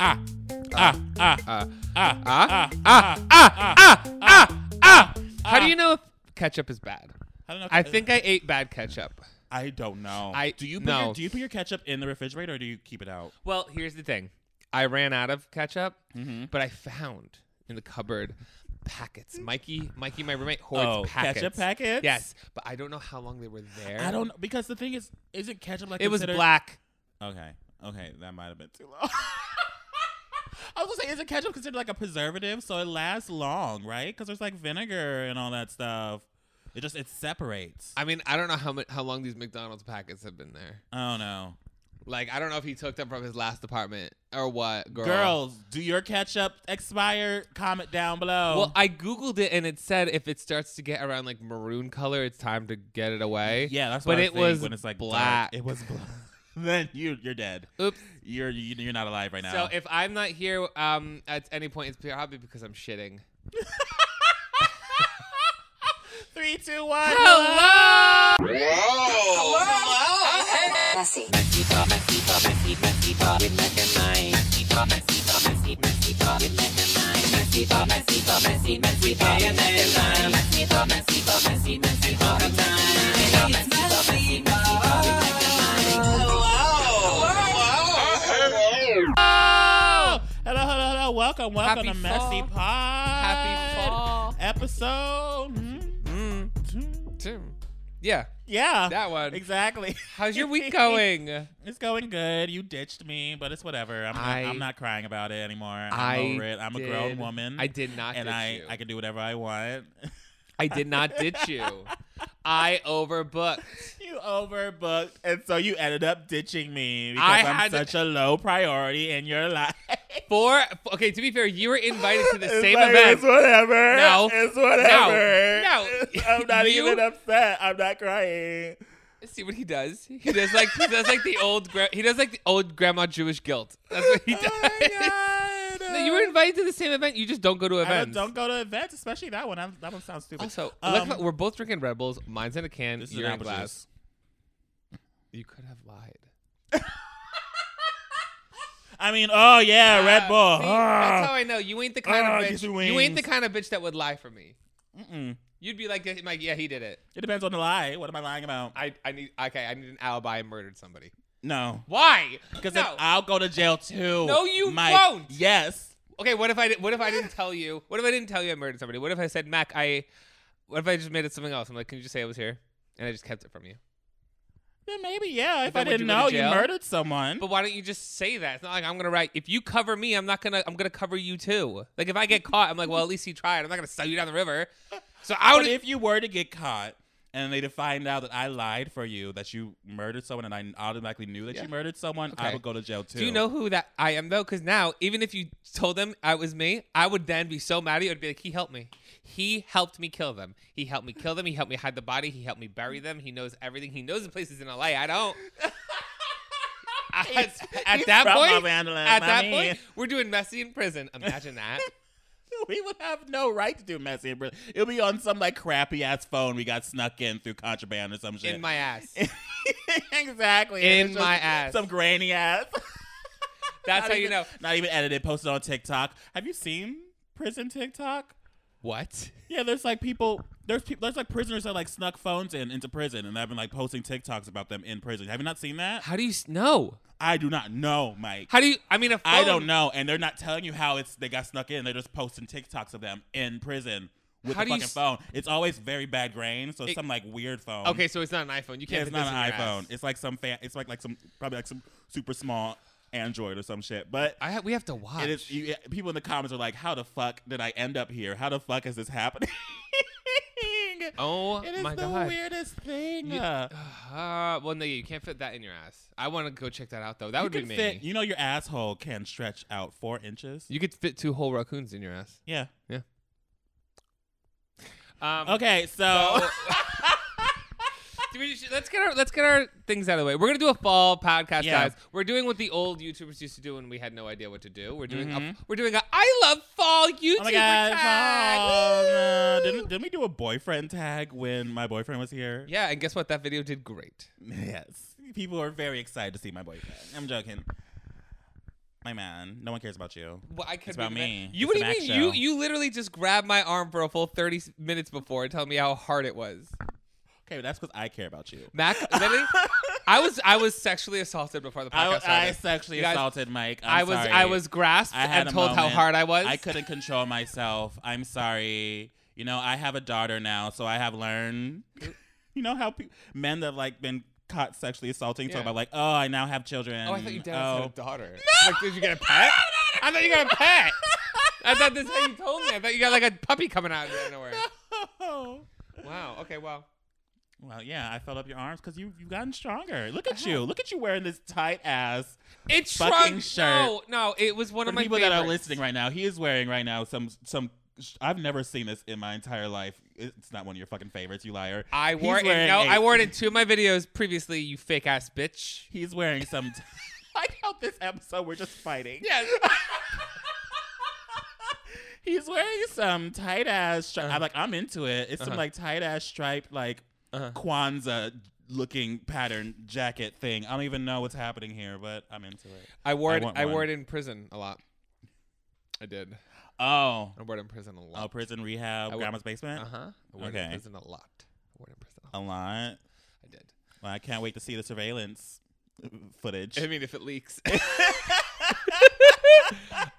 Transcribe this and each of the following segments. ah, ah, ah, Uh, ah, ah, ah, ah, ah, ah, ah. How do you know if ketchup is bad? I don't know. if- I think I ate bad ketchup. I don't know. I- do you put no. your, do you put your ketchup in the refrigerator or do you keep it out? Well, here's the thing. I ran out of ketchup, but I found in the cupboard packets. Mikey, Mikey, my roommate hoards Oh, packets. ketchup packets? Yes, but I don't know how long they were there. I don't know because the thing is, isn't ketchup like It was considered- black. Okay, okay, that might have been too long. I was gonna say, isn't ketchup considered like a preservative, so it lasts long, right? Because there's like vinegar and all that stuff. It just it separates. I, I mean, I don't know how much, how long these McDonald's packets have been there. don't know. Like, I don't know if he took them from his last apartment or what, girl. Girls, do your ketchup expire? Comment down below. Well, I googled it and it said if it starts to get around like maroon color, it's time to get it away. yeah, that's but what I it think was when it's like dark. black. It was black. then you you're dead. Oops. You're you, you're not alive right now. So if I'm not here um, at any point, it's probably because I'm shitting. Three, two, one. Hello. messy. Hello, hello, hello, hello. Welcome, welcome Happy to Messy fall. Pod. Happy fall. Episode. mhm. Mm, Yeah, Yeah. that one. Exactly. How's your week going? It's going good. You ditched me, but it's whatever. I'm, I- not, I'm not crying about it anymore. I'm over it. I'm a did- grown woman. I did not and ditch I, you. I can do whatever I want. I did not ditch you. I overbooked. you overbooked, and so you ended up ditching me because I am had- such a low priority in your life. Four. Okay, to be fair, you were invited to the It's same like, event. It's whatever. No. It's whatever. No. I'm not You- even upset. I'm not crying. See what he does. He does like he does like the old gra- he does like the old grandma Jewish guilt. That's what he does. Oh my God. No, you were invited to the same event. You just don't go to I don't, events. don't go to events, especially that one. I, that one sounds stupid. Also, Um, look, how- we're both drinking Red Bulls. Mine's in a can. this is an you're in a apple glass. juice. You could have lied. I mean, oh yeah, Red Bull. See, Ah. That's how I know you ain't the kind Ah, of gives bitch. me You ain't the wings. kind of bitch that would lie for me. Mm-mm. You'd be like, yeah, Mike, yeah, he did it. It depends on the lie. What am I lying about? I, I need okay. I need an alibi. I murdered somebody. No, Why? because no. then I'll go to jail too. No, you Mike. won't. Yes. Okay, what if I did, what if I didn't tell you? What if I didn't tell you I murdered somebody? What if I said Mac? I what if I just made it something else? I'm like, can you just say I was here? And I just kept it from you. Then maybe yeah. If Then I would you didn't go to know you jail? murdered someone, But why don't you just say that? It's not like I'm gonna write. If you cover me, I'm not gonna. I'm gonna cover you too. Like if I get caught, I'm like, well, at least he tried. I'm not gonna sell you down the river. So I but would. if you were to get caught and they to find out that I lied for you, that you murdered someone, and I automatically knew that Yeah. you murdered someone, I Okay. would go to jail too. Do you know who that I am though? Because now, even if you told them I was me, I would then be so mad at you. I'd be like, he helped me. He helped me kill them. He helped me kill them. He helped me hide the body. He helped me bury them. He knows everything. He knows the places in LA. I don't. at at He's that from point, Los Angeles, at I that mean. point, we're doing messy in prison. Imagine that. we would have no right to do messy. Bro. It'll be on some like crappy ass phone we got snuck in through contraband or some shit. in my ass. exactly. In It's just my ass. Some grainy ass. That's Not how you even- know. Not even edited. Posted on TikTok. Have you seen prison TikTok? What? Yeah, there's like people. There's people. There's like prisoners that like snuck phones in into prison, and I've been like posting TikToks about them in prison. Have you not seen that? How do you s- know? I do not know, Mike. How do you? I mean, a phone, I don't know, and they're not telling you how it's they got snuck in. They're just posting TikToks of them in prison with How the do you fucking s- phone. It's always very bad grain, so it's It- some like weird phone. Okay, so it's not an iPhone. You Yeah, can't. it's put this not an in your ass. iPhone. It's like some fan. It's like like some probably like some super small Android or some shit. But I ha- we have to watch. it is you, people in the comments are like, "How the fuck did I end up here? How the fuck is this happening?" oh it is my the god. weirdest thing. You- Uh, Uh, well, no, you can't fit that in your ass. I want to go check that out though. That you would be can me. fit- You know your asshole can stretch out four inches. you could fit two whole raccoons in your ass. yeah. Um, Okay, so, oh So, do we just- let's get our let's get our things out of the way. We're gonna do a fall podcast, Yeah. guys. We're doing what the old YouTubers used to do when we had no idea what to do. We're doing a, Mhm. we're doing a I love fall YouTuber oh my god, tag. oh, no. Woo! didn't, didn't we do a boyfriend tag when my boyfriend was here? Yeah, and guess what? That video did great. Yes. People are very excited to see my boyfriend. I'm joking. my man. No one cares about you. Well, I could It's about be the man- me. You It's what do an you act mean? You show. you literally just grabbed my arm for a full thirty s- minutes before and tell me how hard it was. Okay, but that's because I care about you. Mac, literally, I was I was sexually assaulted before the I, podcast I started. sexually You guys- assaulted Mike. I i was I was grasped I had and a told how moment. hard I was. I couldn't control myself. I'm sorry. You know, I have a daughter now, so I have learned. You know how pe- men that have like been caught sexually assaulting Yeah. talk about like, oh, I now have children. Oh, I thought you dad Oh. had a daughter. Like, did you get a pet? I thought you got a pet. I thought that's how you told me. I thought you got like a puppy coming out of nowhere. Wow. Okay. Wow. Well, yeah, I felt up your arms because you you've gotten stronger. Look at Uh-huh. you. Look at you wearing this tight ass. It's Fucking shrunk. shirt. No, no. It was one For of the my people favorites. that are listening right now, he is wearing right now some some. I've never seen this in my entire life. It's not one of your fucking favorites, you liar. I He's wore it. In, wearing no, a- I wore it in two of my videos previously. You fake ass bitch. He's wearing some. I doubt this episode we're just fighting. Yes. He's wearing some tight ass. Stri- Uh-huh. I'm like, I'm into it. It's some Uh-huh. like tight ass striped like Uh-huh. Kwanzaa looking pattern jacket thing. I don't even know what's happening here, but I'm into it. I wore I it. want I, wore it one. in prison a lot. I did. Oh, Uh-huh. I wore it in prison a oh, lot. prison I rehab, would- grandma's basement, Uh huh. I wore it Okay. in prison a lot. I wore it in prison. A lot. a lot. I did. Well, I can't wait to see the surveillance uh, footage. I mean, if it leaks.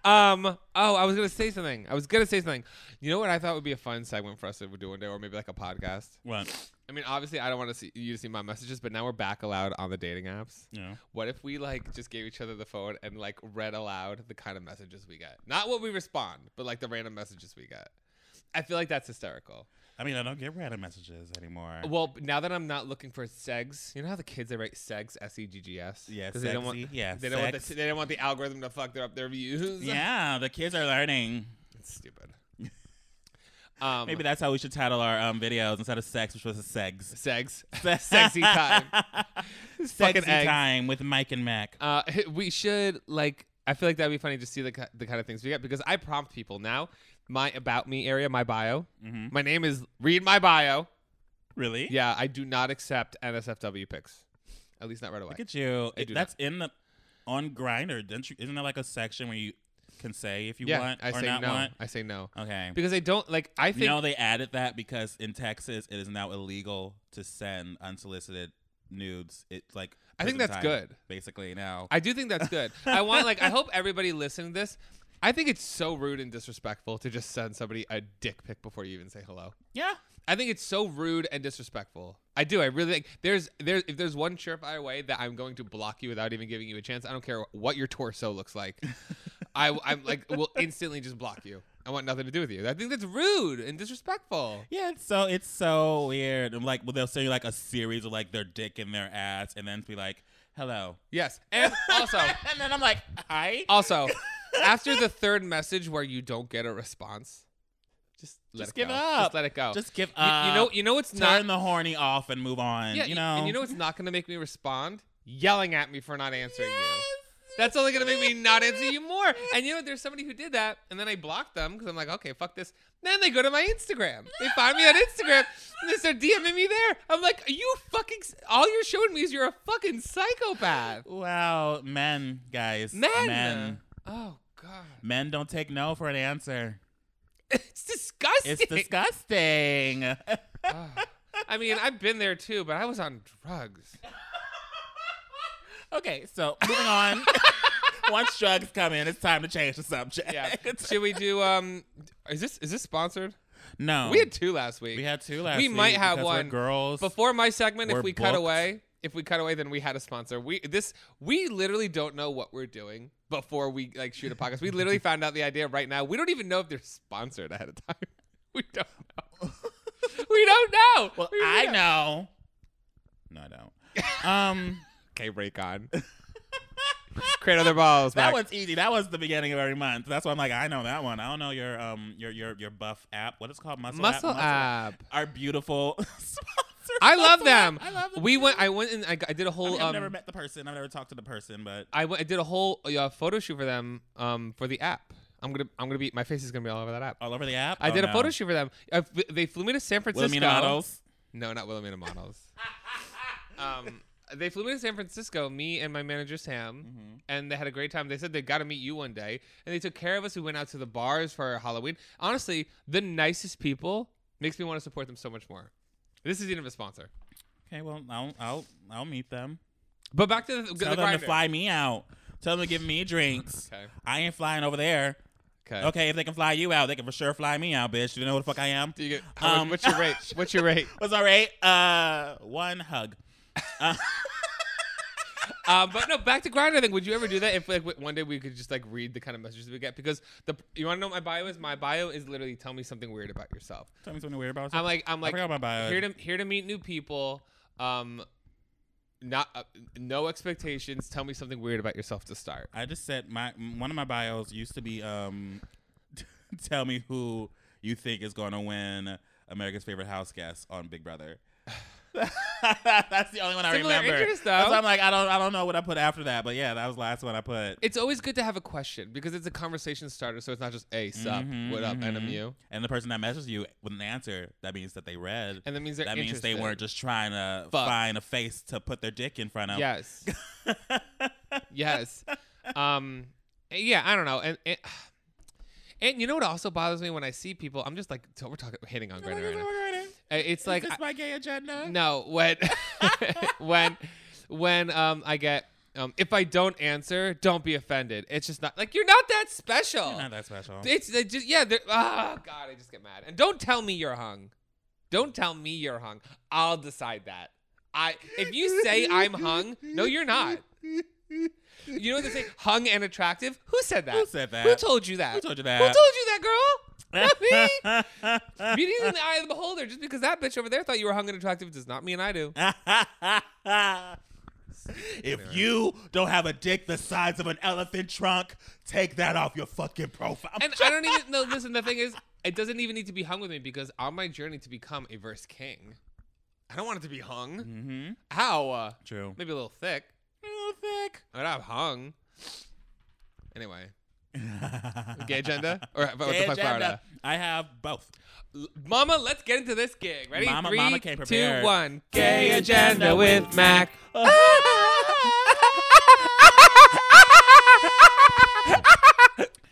um. Oh, I was gonna say something. I was gonna say something. You know what I thought would be a fun segment for us to do one day, or maybe like a podcast. what? I mean, obviously, I don't want to see you to see my messages, but now we're back allowed on the dating apps. You know. What if we like just gave each other the phone and like read aloud the kind of messages we get? Not what we respond, but like the random messages we get. I feel like that's hysterical. I mean, I don't get random messages anymore. Well, b- now that I'm not looking for segs, you know how the kids they write segs s e g g s. Yeah, 'Cause they don't want sexy. Yeah, they don't want sex. the, they don't want the algorithm to fuck their, up their views. yeah, the kids are learning. it's stupid. um, Maybe that's how we should title our um, videos instead of sex, which was a segs. segs sexy time. sexy Fucking eggs. time with Mike and Mac. Uh, we should like. I feel like that'd be funny to see the ki- the kind of things we get because I prompt people now. My about me area, my bio. hmm My name is read my bio. Really? Yeah, I do not accept NSFW picks, at least not right away. Look at you. I do that's in the on Grinder. Don't you? Isn't there like a section where you can say if you yeah, want I or say not no. want? I say no Okay. because I don't like. I think You know they added that because in Texas it is now illegal to send unsolicited nudes. It's like I think prison that's time, good. Basically now. I do think that's good. I want like I hope everybody listening to this. I think it's so rude and disrespectful to just send somebody a dick pic before you even say hello. yeah. I think it's so rude and disrespectful. I do. I really think there's there's if there's one surefire way that I'm going to block you without even giving you a chance. I don't care what your torso looks like. I I'm like will instantly just block you. I want nothing to do with you. I think that's rude and disrespectful. Yeah, it's so it's so weird. I'm like, well, they'll send you like a series of like their dick and their ass, and then be like, "Hello." Yes. And also Oh. and then I'm like, "Hi." also after the third message where you don't get a response, just let Just it give go. up. Just let it go. Just give you, up. you know you know it's not turn the horny off and move on. yeah, you y- know. and you know it's not going to make me respond yelling at me for not answering you. Yes. That's only gonna make me not answer you more. And you know, there's somebody who did that, and then I blocked them because I'm like, okay, fuck this. Then they go to my Instagram. They find me on Instagram and they start DMing me there. I'm like, you fucking. s- All you're showing me is you're a fucking psychopath. Wow, men, guys, Men. men, Oh god. Men don't take no for an answer. It's disgusting. It's disgusting. Ugh. I mean, I've been there too, but I was on drugs. okay, so moving on. Once drugs come in, it's time to change the subject. Yeah. Should we do? Um, is this is this sponsored? no, We had two last week. Um, we had two last. we might week have because we're one girls. Before my segment, We're if we cut booked. away, if we cut away, then we had a sponsor. We this we literally don't know what we're doing before we like shoot a podcast. We literally found out the idea right now. We don't even know if they're sponsored ahead of time. We don't know. we don't know. Well, We really I don't. know. No, I don't. Um, Okay, break on. Create other balls. that Back. one's easy. That was the beginning of every month. That's why I'm like, I know that one. I don't know your um your your your buff app. What is it called muscle muscle app? app. Our beautiful sponsor. I love Muscle them. App. I love them. We too. went. I went and I, g- I did a I whole. mean, I've um, never met the person. I've never talked to the person, but I went. I did a whole uh, photo shoot for them. Um, for the app. I'm gonna. I'm gonna be. My face is gonna be all over that app. all over the app. I Oh, did a no. photo shoot for them. Uh, I, they flew me to San Francisco. Wilhelmina models. No, not Wilhelmina models. um, they flew me to San Francisco, me and my manager Sam, Mm-hmm. and they had a great time. They said they got to meet you one day, and they took care of us. We went out to the bars for Halloween. Honestly, the nicest people makes me want to support them so much more. This is even a sponsor. Okay, well, I'll I'll I'll meet them. But back to the, Tell the them grinder. to fly me out. Tell them to give me drinks. Okay. I ain't flying over there. Okay. Okay, if they can fly you out, they can for sure fly me out, bitch. You know what the fuck I am? Do you get, how- Um, what's your rate? What's your rate? What's all right? Uh, one hug. um, but no, back to grinder thing. Would you ever do that if like w- one day we could just like read the kind of messages we get? Because the you want to know what my bio is? My bio is literally tell me something weird about yourself. Tell me something weird about I'm like I'm like forgot my bio. here to here to meet new people. Um, not uh, no expectations. Tell me something weird about yourself to start. I just said my one of my bios used to be um, tell me who you think is gonna win America's favorite house guest on Big Brother. That's the only one I Similar remember. interest, though. That's why I'm like I don't I don't know what I put after that, but yeah, that was the last one I put. It's always good to have a question because it's a conversation starter. So it's not just hey sup Mhm, what up mhm. NMU And the person that messaged you with an answer, that means that they read. and that means they're that means they interested. weren't just trying to Fuck. find a face to put their dick in front of. Yes. yes. Um. Yeah. I don't know. And, and and you know what also bothers me when I see people, I'm just like so we're talking hitting on Grindr right now. Uh, It's like is this my gay agenda? I- no when when when um I get. Um, if I don't answer, don't be offended. It's just not like you're not that special. You're not that special. It's they just yeah. they're- Ah, God, I just get mad. And don't tell me you're hung. Don't tell me you're hung. I'll decide that. I if you say I'm hung, no, you're not. You know what they say? Hung and attractive. Who said that? Who said that? Who told you that? Who told you Who that? told you that, girl? Not me. Beauty's in the eye of the beholder. Just because that bitch over there thought you were hung and attractive does not mean I do. if you don't have a dick the size of an elephant trunk, take that off your fucking profile. And I don't even know. Listen, the thing is, it doesn't even need to be hung with me because on my journey to become a verse king, I don't want it to be hung. mm-hmm. How? Uh, True. maybe a little thick. Real thick. But I've hung. Anyway, gay agenda or what Gay the fuck agenda. Florida? I have both. L- Mama, let's get into this gig. Ready? Mama- Three, Mama came two, prepared. one. Gay agenda with Mac.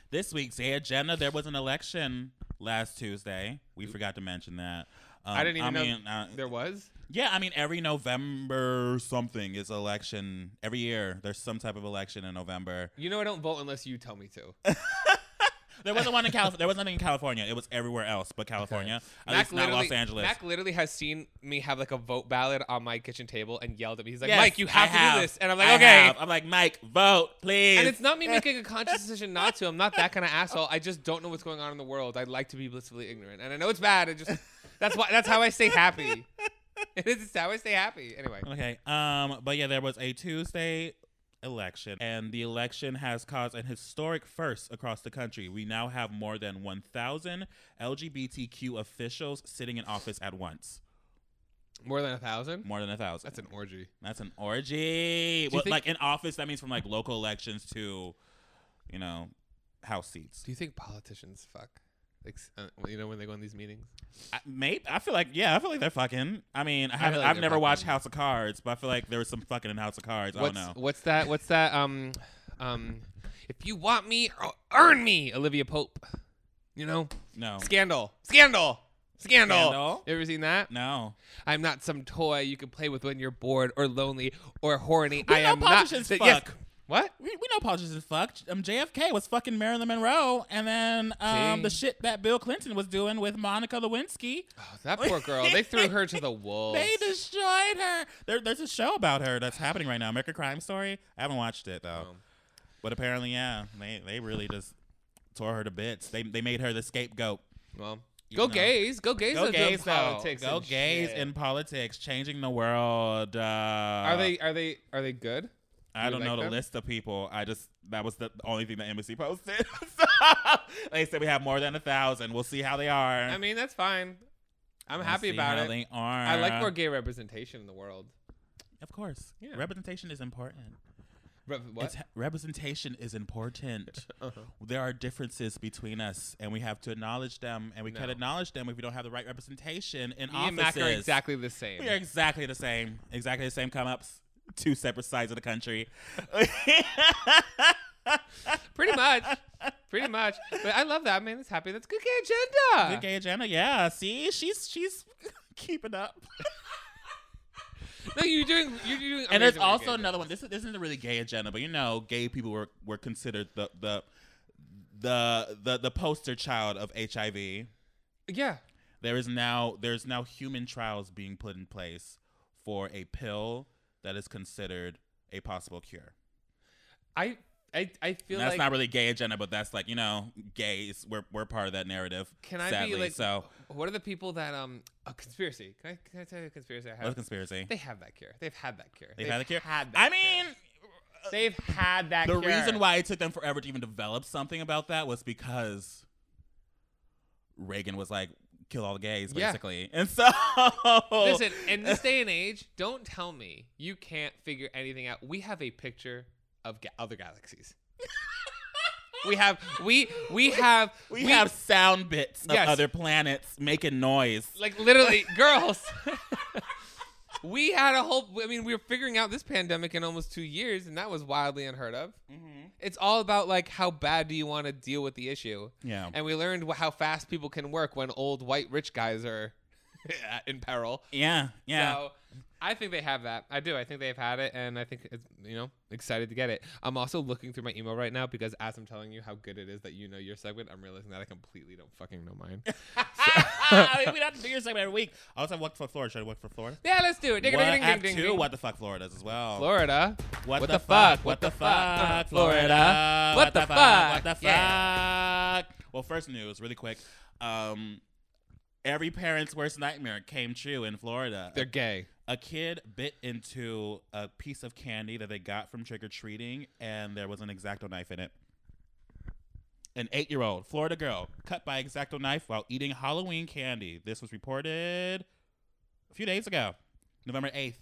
This week's gay agenda, there was an election last Tuesday. We forgot to mention that. Um, I didn't even know mean, uh, there was. yeah, I mean, every November something is election. Every year, there's some type of election in November. You know I don't vote unless you tell me to. There wasn't one in California. There was nothing in California. It was everywhere else but California. At least not Los Angeles. Mac literally has seen me have like a vote ballot on my kitchen table and yelled at me. He's like, Yes, "Mike, you I have to do have. this," and I'm like, I "Okay." have. I'm like, Mike, vote, please. And it's not me making a conscious decision not to. I'm not that kind of asshole. I just don't know what's going on in the world. I like to be blissfully ignorant, and I know it's bad. I just that's why that's how I stay happy. It is it's how I stay happy. Anyway, Okay. Um, but yeah, there was a Tuesday election, and the election has caused an historic first across the country. We now have more than 1,000 LGBTQ officials sitting in office at once. more than a thousand. More than a thousand. That's an orgy. That's an orgy. Do you Well, think- like in office, that means from like local elections to, you know, house seats. Do you think politicians fuck? Like s- uh, you know when they go in these meetings. I, maybe I feel like yeah, I feel like they're fucking. I mean, I feel haven't, like I've they're never fucking. watched House of Cards, but I feel like there was some fucking in House of Cards. I what's don't know. what's that? What's that? Um, um, if you want me, ear- earn me, Olivia Pope. You know, No, scandal, scandal, scandal. Scandal? You ever seen that? no. I'm not some toy you can play with when you're bored or lonely or horny. We I know am politicians not. Th- fuck. What? we, we know politicians fucked. Um, JFK was fucking Marilyn Monroe, and then um, See? the shit that Bill Clinton was doing with Monica Lewinsky, Oh, that poor girl. they threw her to the wolves. they destroyed her. There, there's a show about her that's happening right now, American Crime Story. I haven't watched it though, Um, but apparently, yeah, they they really just tore her to bits. They they made her the scapegoat. well, You go know. gays. Go gays. Go are doing gays though. politics Go and gays shit. in politics, changing the world. Uh, Are they? Are they? Are they good? I You don't like know the them? list of people. I just that was the only thing the embassy posted. so, they said we have more than a thousand. We'll see how they are. I mean, that's fine. I'm We'll happy see about how it. They are. I like more gay representation in the world. Of course, Yeah. representation is important. Re- what? Uh-huh. It's, representation is important. There are differences between us, and we have to acknowledge them. And we can't No. acknowledge them if we don't have the right representation in Me offices. and Mac are exactly the same. We are exactly the same. Exactly the same come ups. two separate sides of the country. Pretty much. Pretty much. But I love that. I mean, it's happy. That's good gay agenda. Good gay agenda, yeah. See, she's she's keeping up. No, you're doing. You're doing. and there's amazing with also gay another one. This, is, this isn't a really gay agenda, but you know, gay people were were considered the the the the, the poster child of HIV. agenda. Yeah. There is now there's now human trials being put in place for a pill that is considered a possible cure. I I I feel And that's like not really gay agenda, but that's like you know, gays. We're we're part of that narrative. Can I be, sadly. like- so? what are the people that um a conspiracy? Can I, can I tell you a conspiracy I have? What's conspiracy? They have that cure. They've had that cure. They've had the cure? Had that I cure. mean, they've had that. the cure. reason why it took them forever to even develop something about that was because Reagan was like, kill all the gays, Yeah. basically. And so. Listen, in this day and age, don't tell me you can't figure anything out. We have a picture of ga- other galaxies. we have we we have we, have sound bits of Yes. other planets making noise. like literally girls. we had a whole. I mean, we were figuring out this pandemic in almost two years, and that was wildly unheard of. It's all about like how bad do you want to deal with the issue, Yeah. and we learned wh- how fast people can work when old white rich guys are in peril. Yeah. Yeah. So I think they have that. I do. I think they've had it, and I think it's you know excited to get it. I'm also looking through my email right now because as I'm telling you how good it is that you know your segment, I'm realizing that I completely don't fucking know mine. ah, I mean, we don't have to do your segment every week. I also have What the Fuck Florida. Should I What for Florida? yeah, let's do it. Ding, What, ding, ding, I have ding, two ding. What the Fuck Floridas as well. Florida. What, What the, the fuck? fuck? What the Uh, Florida. fuck? Florida. What the fuck? What the fuck? Well, first news, really quick. Um, every parent's worst nightmare came true in Florida. They're gay. a kid bit into a piece of candy that they got from trick or treating, and there was an exacto knife in it. An eight year old Florida girl cut by exacto knife while eating Halloween candy. This was reported a few days ago, November 8th.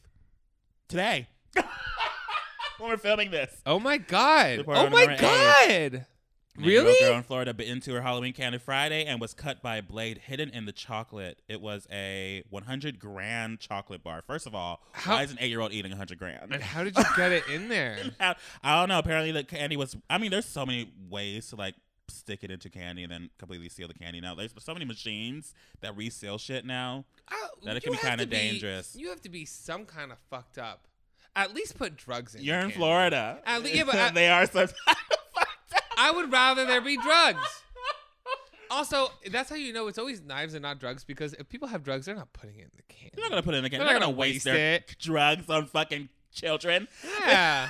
Today. when we're filming this. Oh my god. Report Oh on my number god. An eight-year-old Really? girl in Florida bit into her Halloween candy Friday and was cut by a blade hidden in the chocolate. It was a 100 grand chocolate bar. First of all, How- why is an eight year old eating 100 grand? And how did you get it in there? out. I don't know. Apparently, the candy was. I mean, there's so many ways to like stick it into candy and then completely seal the candy. Now, there's so many machines that reseal shit now. Oh, That it you can be have kinda to be- dangerous. You have to be some kind of fucked up. At least put drugs in. You're your in candy. Florida. At le- Uh, yeah, but I- they are sometimes. I would rather there be drugs. Also, that's how you know it's always knives and not drugs because if people have drugs, they're not putting it in the candy. They're not gonna put it in the candy. They're They're not not gonna gonna waste waste their it. drugs on fucking children. yeah.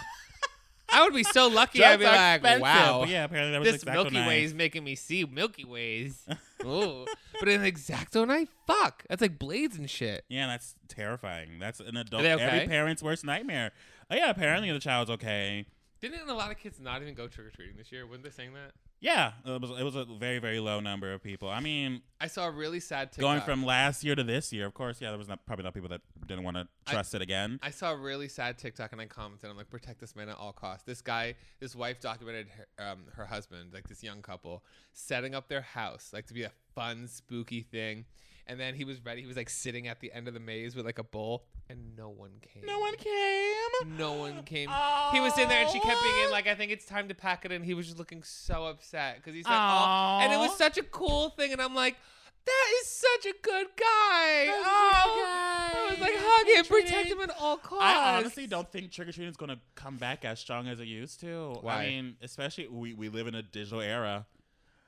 I would be so lucky. I'd Drugs be are like, expensive. wow. But yeah, apparently that was This exacto Milky knife. Way is making me see Milky Ways. Ooh. But an exacto knife? Fuck. That's like blades and shit. Yeah, that's terrifying. That's an adult. they okay? Every parent's worst nightmare. Oh yeah, apparently the child's okay. Didn't a lot of kids not even go trick or treating this year? Weren't they saying that? Yeah, it was, it was a very very low number of people. I mean, I saw a really sad TikTok. going from last year to this year, of course, yeah, there was not, probably not people that didn't want to I- trust it again. I saw a really sad TikTok and I commented, I'm like, protect this man at all costs. This guy, this wife documented her, um, her husband, like this young couple, setting up their house, like to be a fun, spooky thing. And then he was ready. He was like sitting at the end of the maze with like a bowl, and no one came. no one came. No one came. He was in there, and she kept being in like, I think it's time to pack it in. He was just looking so upset because he's like, oh, and it was Aw. such a cool thing. And I'm like, that is such a good guy. oh, I was like, hug him, protect him at all costs. I honestly don't think trick or treating is going to come back as strong as it used to. Why? I mean, especially we, we live in a digital era.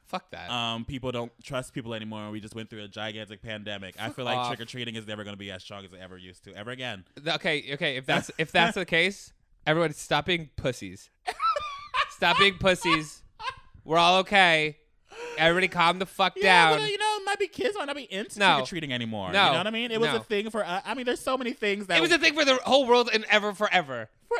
Fuck that. Um, people don't trust people anymore. We just went through a gigantic pandemic. I Fuck feel like off. trick or treating is never going to be as strong as it ever used to ever again. Th- Okay, okay. If that's if that's the case, everyone stop being pussies. stop being pussies. We're all okay. Everybody, calm the fuck Yeah, down. but, uh, you know, it might be kids might not be into No. trick or treating anymore. No. You know what I mean? It was No. a thing for. Uh, I mean, there's so many things that it was a thing for the whole world and ever forever. for-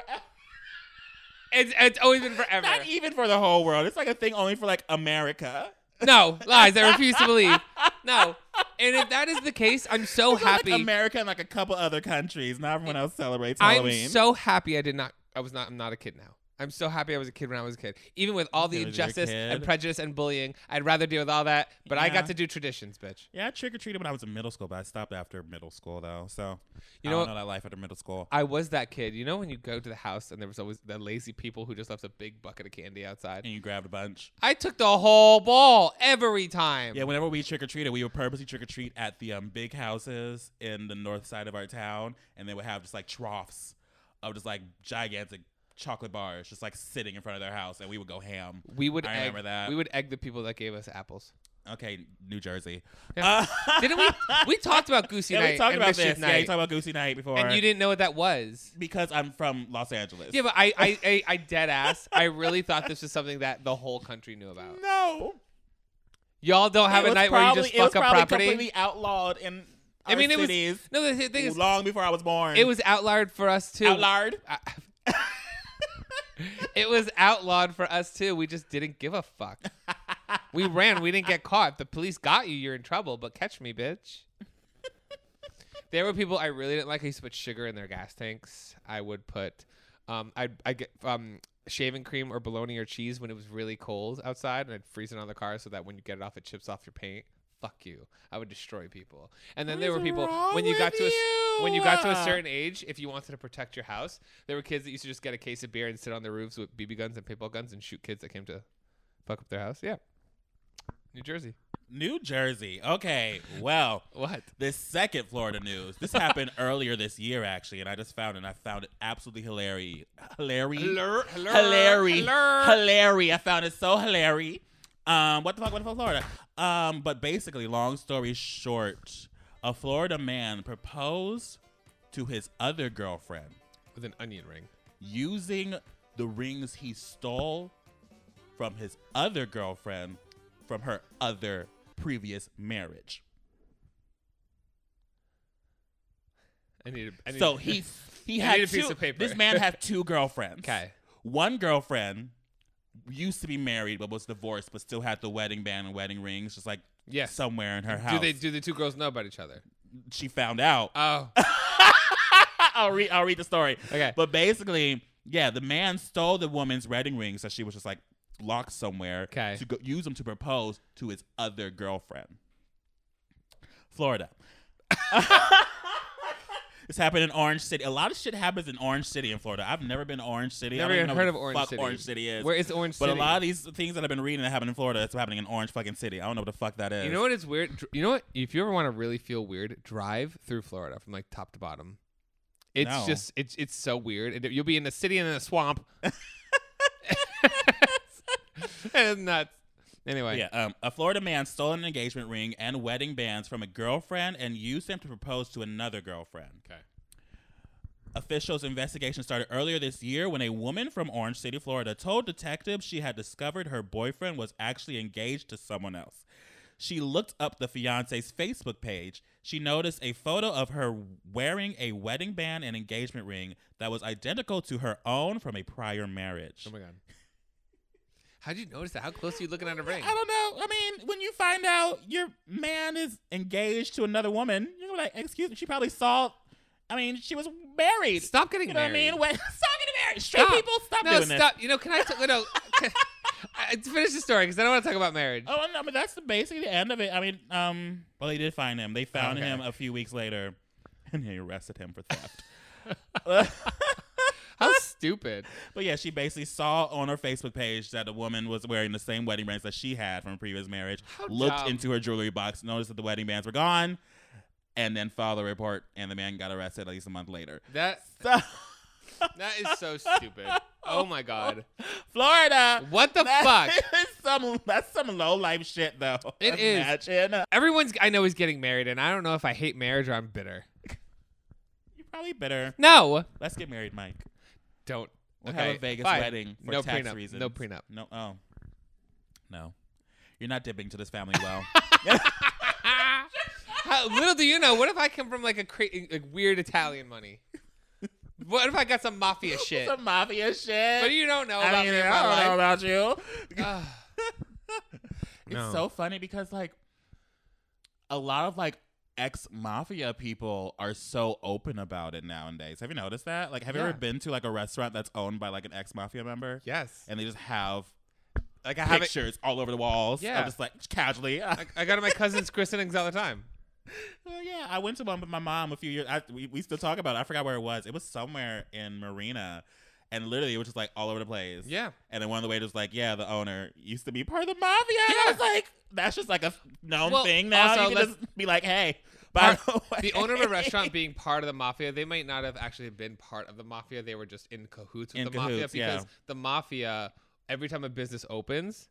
It's it's always been forever. Not even for the whole world. It's like a thing only for like America. no lies. I refuse to believe. No. And if that is the case, I'm so It's like happy. America and like a couple other countries. Not everyone else celebrates I'm Halloween. so happy I did not. I was not. I'm not a kid now. I'm so happy I was a kid when I was a kid. Even with all the Okay, was you a injustice and kid? prejudice and bullying, I'd rather deal with all that. But I Yeah. got to do traditions, bitch. Yeah, I trick or treated when I was in middle school, but I stopped after middle school though. So You you know know, what- I don't know that life after middle school. I was that kid. You know when you go to the house and there was always the lazy people who just left a big bucket of candy outside. And you grabbed a bunch. I took the whole ball every time. Yeah, whenever we trick or treated, we would purposely trick or treat at the um, big houses in the north side of our town, and they would have just like troughs of just like gigantic chocolate bars just like sitting in front of their house, and we would go ham. we would. I egg, remember that. We would egg the people that gave us apples. Okay, New Jersey. Yeah. Uh, Didn't we? We talked about Goosey yeah, Night. we talked and about Mischief this. Yeah, you Night, talked about Goosey Night before. and you didn't know what that was. because I'm from Los Angeles. Yeah, but I, I, I, I dead ass. I really thought this was something that the whole country knew about. no. Y'all don't have a It was night where you probably- just fuck it was up probably property. completely outlawed in I mean, it was- cities no, the th- thing is, long before I was born. it was outlawed for us too. outlawed. I- it was outlawed for us too. We just didn't give a fuck. We ran. We didn't get caught. If the police got you, you're in trouble. But catch me, bitch. There were people I really didn't like. I used to put sugar in their gas tanks. I would put, um, I I get um shaving cream or bologna or cheese when it was really cold outside, and I'd freeze it on the car so that when you get it off, it chips off your paint. Fuck you. I would destroy people. And then What there is were people wrong when you got with to a, s- when you got to a you? certain age, if you wanted to protect your house, there were kids that used to just get a case of beer and sit on their roofs with BB guns and paintball guns and shoot kids that came to fuck up their house. Yeah. New Jersey. New Jersey. Okay. Well, What? this second Florida news. This happened earlier this year, actually, and I just found it. and I found it absolutely hilarious. Hilarious. Hilarious. Hilarious. I found it so hilarious. Um, what the fuck? What the fuck, Florida? Um, but basically, long story short, a Florida man proposed to his other girlfriend With an onion ring. using the rings he stole from his other girlfriend from her other previous marriage. I need. A, I need So a- he he I had need a piece two- of paper. This man had two girlfriends. Okay. One girlfriend used to be married but was divorced but still had the wedding band and wedding rings just like Yes. somewhere in her house. do they? Do the two girls know about each other? she found out. Oh. I'll read I'll read the story. Okay. But basically, yeah, the man stole the woman's wedding rings that she was just like locked somewhere Okay. to go, use them to propose to his other girlfriend. Florida. this happened in Orange City. A lot of shit happens in Orange City in Florida. I've never been to Orange City. Never I don't even know heard what of the Orange fuck City. Orange City is. Where is Orange but City? a lot of these things that I've been reading that happen in Florida, it's happening in Orange fucking city. I don't know what the fuck that is. You know what is weird? Dr- You know what? If you ever want to really feel weird, drive through Florida from like top to bottom. It's No. just it's it's so weird. And you'll be in the city and in a swamp. and nuts. Anyway, Yeah, um, a Florida man stole an engagement ring and wedding bands from a girlfriend and used them to propose to another girlfriend. Okay. Officials' investigation started earlier this year when a woman from Orange City, Florida, told detectives she had discovered her boyfriend was actually engaged to someone else. She looked up the fiance's Facebook page. She noticed a photo of her wearing a wedding band and engagement ring that was identical to her own from a prior marriage. Oh my god. How'd you notice that? How close are you looking at a ring? I don't know. I mean, when you find out your man is engaged to another woman, you're like, excuse me. She probably saw. I mean, she was married. Stop getting You know what I married. mean? When, stop getting married. Straight people, stop no, doing stop. You know, can I? T- no, can- I- finish the story because I don't want to talk about marriage. this. Oh no, but that's the basically the end of it. I mean, um, well, they did find him. They found Okay. him a few weeks later, and they arrested him for theft. How stupid! But yeah, she basically saw on her Facebook page that the woman was wearing the same wedding bands that she had from a previous marriage. How looked dumb. into her jewelry box, noticed that the wedding bands were gone, and then filed a report. And the man got arrested at least a month later. That So, that is so stupid. Oh my god! Florida, What the that fuck? is some that's some low life shit though. It is. Imagine. Everyone's I know is getting married, and I don't know if I hate marriage or I'm bitter. You probably better. No, Let's get married, Mike. don't. We'll okay, have a Vegas fine. wedding for no tax prenup. reasons. No prenup. No. Oh. No. You're not dipping to this family well. Ah. How, little do you know. What if I come from like a cra- like weird Italian money? What if I got some mafia shit? some mafia shit. But you don't know I about mean, me in I my don't life. know about you. Ugh. It's No. so funny because like a lot of like ex mafia people are so open about it nowadays. Have you noticed that? Like, have you Yeah. ever been to like a restaurant that's owned by like an ex mafia member? Yes. And they just have Like I have it. pictures all over the walls. Yeah. I'm just like casually. I, I go to my cousin's christenings all the time. Well, yeah, I went to one with my mom a few years. I, we we still talk about. it. I forgot where it was. It was somewhere in Marina, and literally it was just like all over the place. Yeah. And then one of the waiters was like, "Yeah, the owner used to be part of the mafia." And I was like, "That's just like a known Well, thing now." also, you can let's- just be like, "Hey, by Part- the, way. The owner of a restaurant being part of the mafia, they might not have actually been part of the mafia. They were just in cahoots with In the mafia cahoots, yeah. because the mafia, every time a business opens,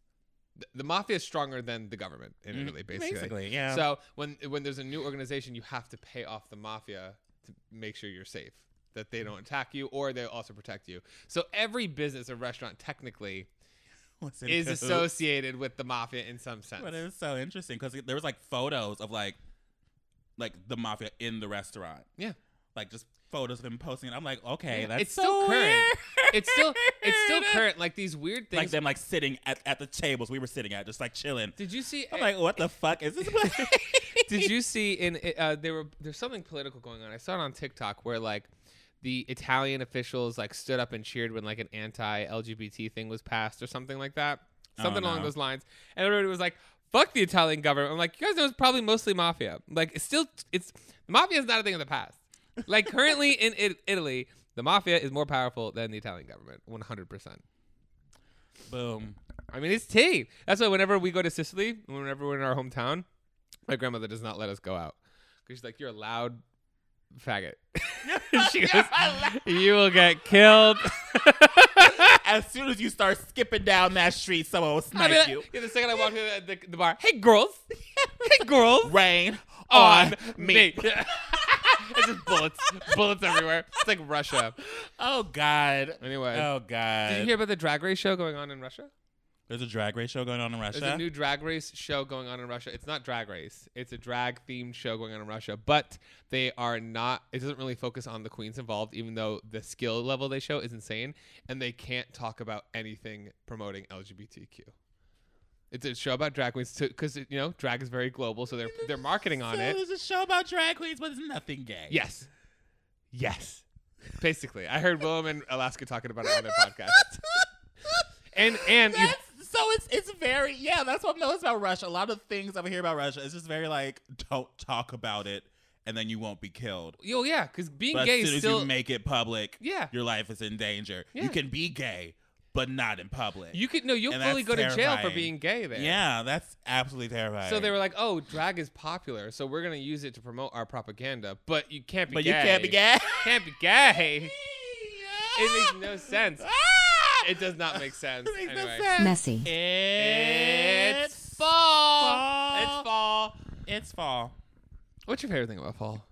th- the mafia is stronger than the government in Mhm. Italy, basically. yeah." So when when there's a new organization, you have to pay off the mafia to make sure you're safe, that they don't attack you, or they also protect you. So every business or restaurant technically What's in is cahoots? associated with the mafia in some sense. But it was so interesting because there was like photos of like, like the mafia in the restaurant. Yeah. Like just photos of them posting. it. I'm like, okay, Yeah, that's it's so still current. weird. It's still it's still Weird. current. Like these weird like things. them like sitting at, at the tables we were sitting at, just like chilling. did you see? I'm like, what the fuck is this place? did you see in uh, there were there's something political going on. I saw it on TikTok where like the Italian officials like stood up and cheered when like an anti-LGBT thing was passed or something like that. Oh, Something along no. those lines. And everybody was like, "Fuck the Italian government." I'm like, "You guys know it's probably mostly mafia. Like it's still it's the mafia is not a thing of the past. Like currently in it- Italy, the mafia is more powerful than the Italian government, 100%. Boom. I mean, it's tea. That's why whenever we go to Sicily, whenever we're in our hometown, my grandmother does not let us go out because she's like, "You're a loud faggot." she goes, "You will get killed." As soon as you start skipping down that street, someone will I snipe mean, you. yeah, the second I walk into the, the, the bar, hey girls, hey girls, Rain on on me. me. it's just bullets, bullets everywhere. It's like Russia. oh God. Anyway, Oh God. did you hear about the drag race show going on in Russia? There's a drag race show going on in Russia. There's a new drag race show going on in Russia. It's not drag race. It's a drag themed show going on in Russia, but they are not it doesn't really focus on the queens involved even though the skill level they show is insane and they can't talk about anything promoting LGBTQ. It's a show about drag queens cuz you know, drag is very global, so they're they're marketing on so it. There's a show about drag queens, but it's nothing gay. Yes. Yes. Basically, I heard Willem and Alaska talking about it on their podcast. And and you, That's, so it's it's very yeah. That's what I'm noticed about Russia. A lot of things I hear about Russia is just very like don't talk about it, and then you won't be killed. yo, oh, yeah, cuz being But gay as soon is as still you make it public, yeah. your life is in danger. Yeah. You can be gay, but not in public. You could no, you'll And fully go that's to jail for terrifying. being gay there. yeah, that's absolutely terrifying. So they were like, "Oh, drag is popular, so we're gonna use it to promote our propaganda." But you can't be. but gay. you can't be gay. Can't be gay. It makes no sense. It does not make sense. Ah! It makes no anyway. sense. Messy. It's, It's fall. fall. It's fall. It's fall. What's your favorite thing about fall?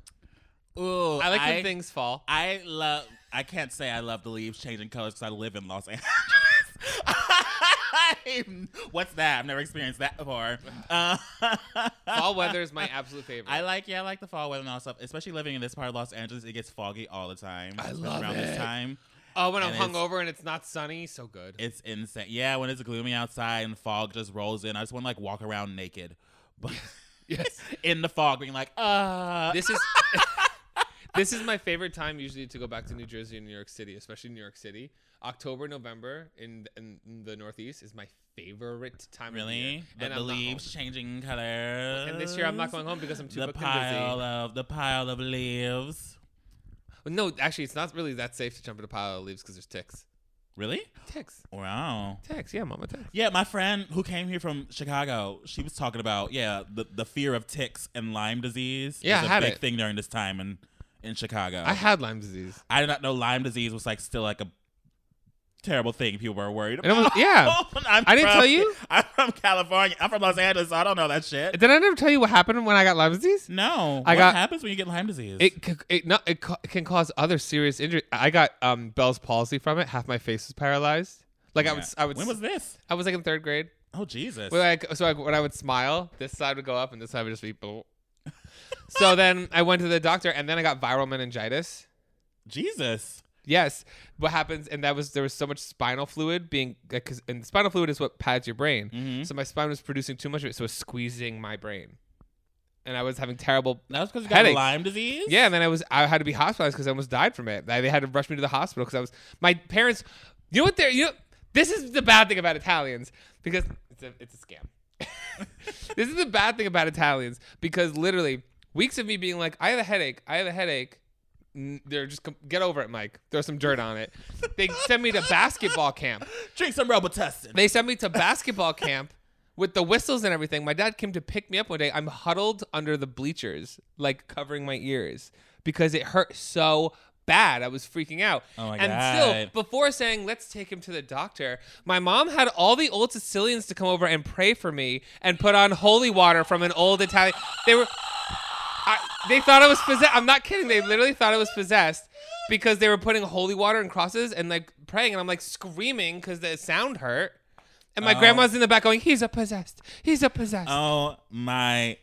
Ooh, I like when things fall. I love. I can't say I love the leaves changing colors because I live in Los Angeles. I'm- what's that? I've never experienced that before. Uh, Fall weather is my absolute favorite. I like. Yeah, I like the fall weather and all stuff. Especially living in this part of Los Angeles, it gets foggy all the time. I especially love around it. this time. oh, when I'm and it's- hungover and it's not sunny, so good. It's insane. Yeah, when it's gloomy outside and fog just rolls in, I just want to like walk around naked, but yes. in the fog, being like, uh. This is this is my favorite time usually to go back to New Jersey and New York City, especially New York City. October, November in in the Northeast is my favorite time. of year. Really? But and the I'm not leaves home. changing colors. And this year I'm not going home because I'm too the booked pile and of the pile of leaves. busy. No, actually, it's not really that safe to jump in a pile of leaves because there's ticks. Really? Ticks. Wow. Ticks. Yeah, mama ticks. Yeah, my friend who came here from Chicago, she was talking about yeah the, the fear of ticks and Lyme disease. Yeah, is I a had big it. thing during this time in in Chicago. I had Lyme disease. I did not know Lyme disease was like still like a terrible thing people were worried And I about. was, yeah. I'm I didn't from- tell you? I'm from California. I'm from Los Angeles, so I don't know that shit. Did I never tell you what happened when I got Lyme disease? No. I what got- happens when you get Lyme disease? It c- it not it ca- can cause other serious injury. I got um Bell's palsy from it. Half my face was paralyzed. Like I Yeah. would s- I would When s- was this? I was like in third grade. Oh Jesus. Well, like, so like, when I would smile, this side would go up and this side would just be. bloop. so then I went to the doctor and then I got viral meningitis. Jesus. Yes, what happens? And that was there was so much spinal fluid being like, 'cause- and spinal fluid is what pads your brain. Mhm. So my spine was producing too much of it, so it was squeezing my brain. and I was having terrible. That was because you got Headaches. Lyme disease. Yeah, and then I was I had to be hospitalized because I almost died from it. They they had to rush me to the hospital because I was my parents. You know what? They're you. Know, this is the bad thing about Italians because it's a it's a scam. this is the bad thing about Italians because literally weeks of me being like, I have a headache, I have a headache. N- They're just com- get over it, Mike. Throw some dirt on it. They send me to basketball camp. Drink some Robitussin. They sent me to basketball camp with the whistles and everything. My dad came to pick me up one day. I'm huddled under the bleachers, like covering my ears because it hurt so bad. I was freaking out. Oh my and God. still, before saying, let's take him to the doctor, my mom had all the old Sicilians to come over and pray for me and put on holy water from an old Italian. They were. I, they thought I was possessed. I'm not kidding. They literally thought I was possessed because they were putting holy water and crosses and like praying, and I'm like screaming because the sound hurt. And my Oh. grandma's in the back going, "He's a possessed. He's a possessed." oh my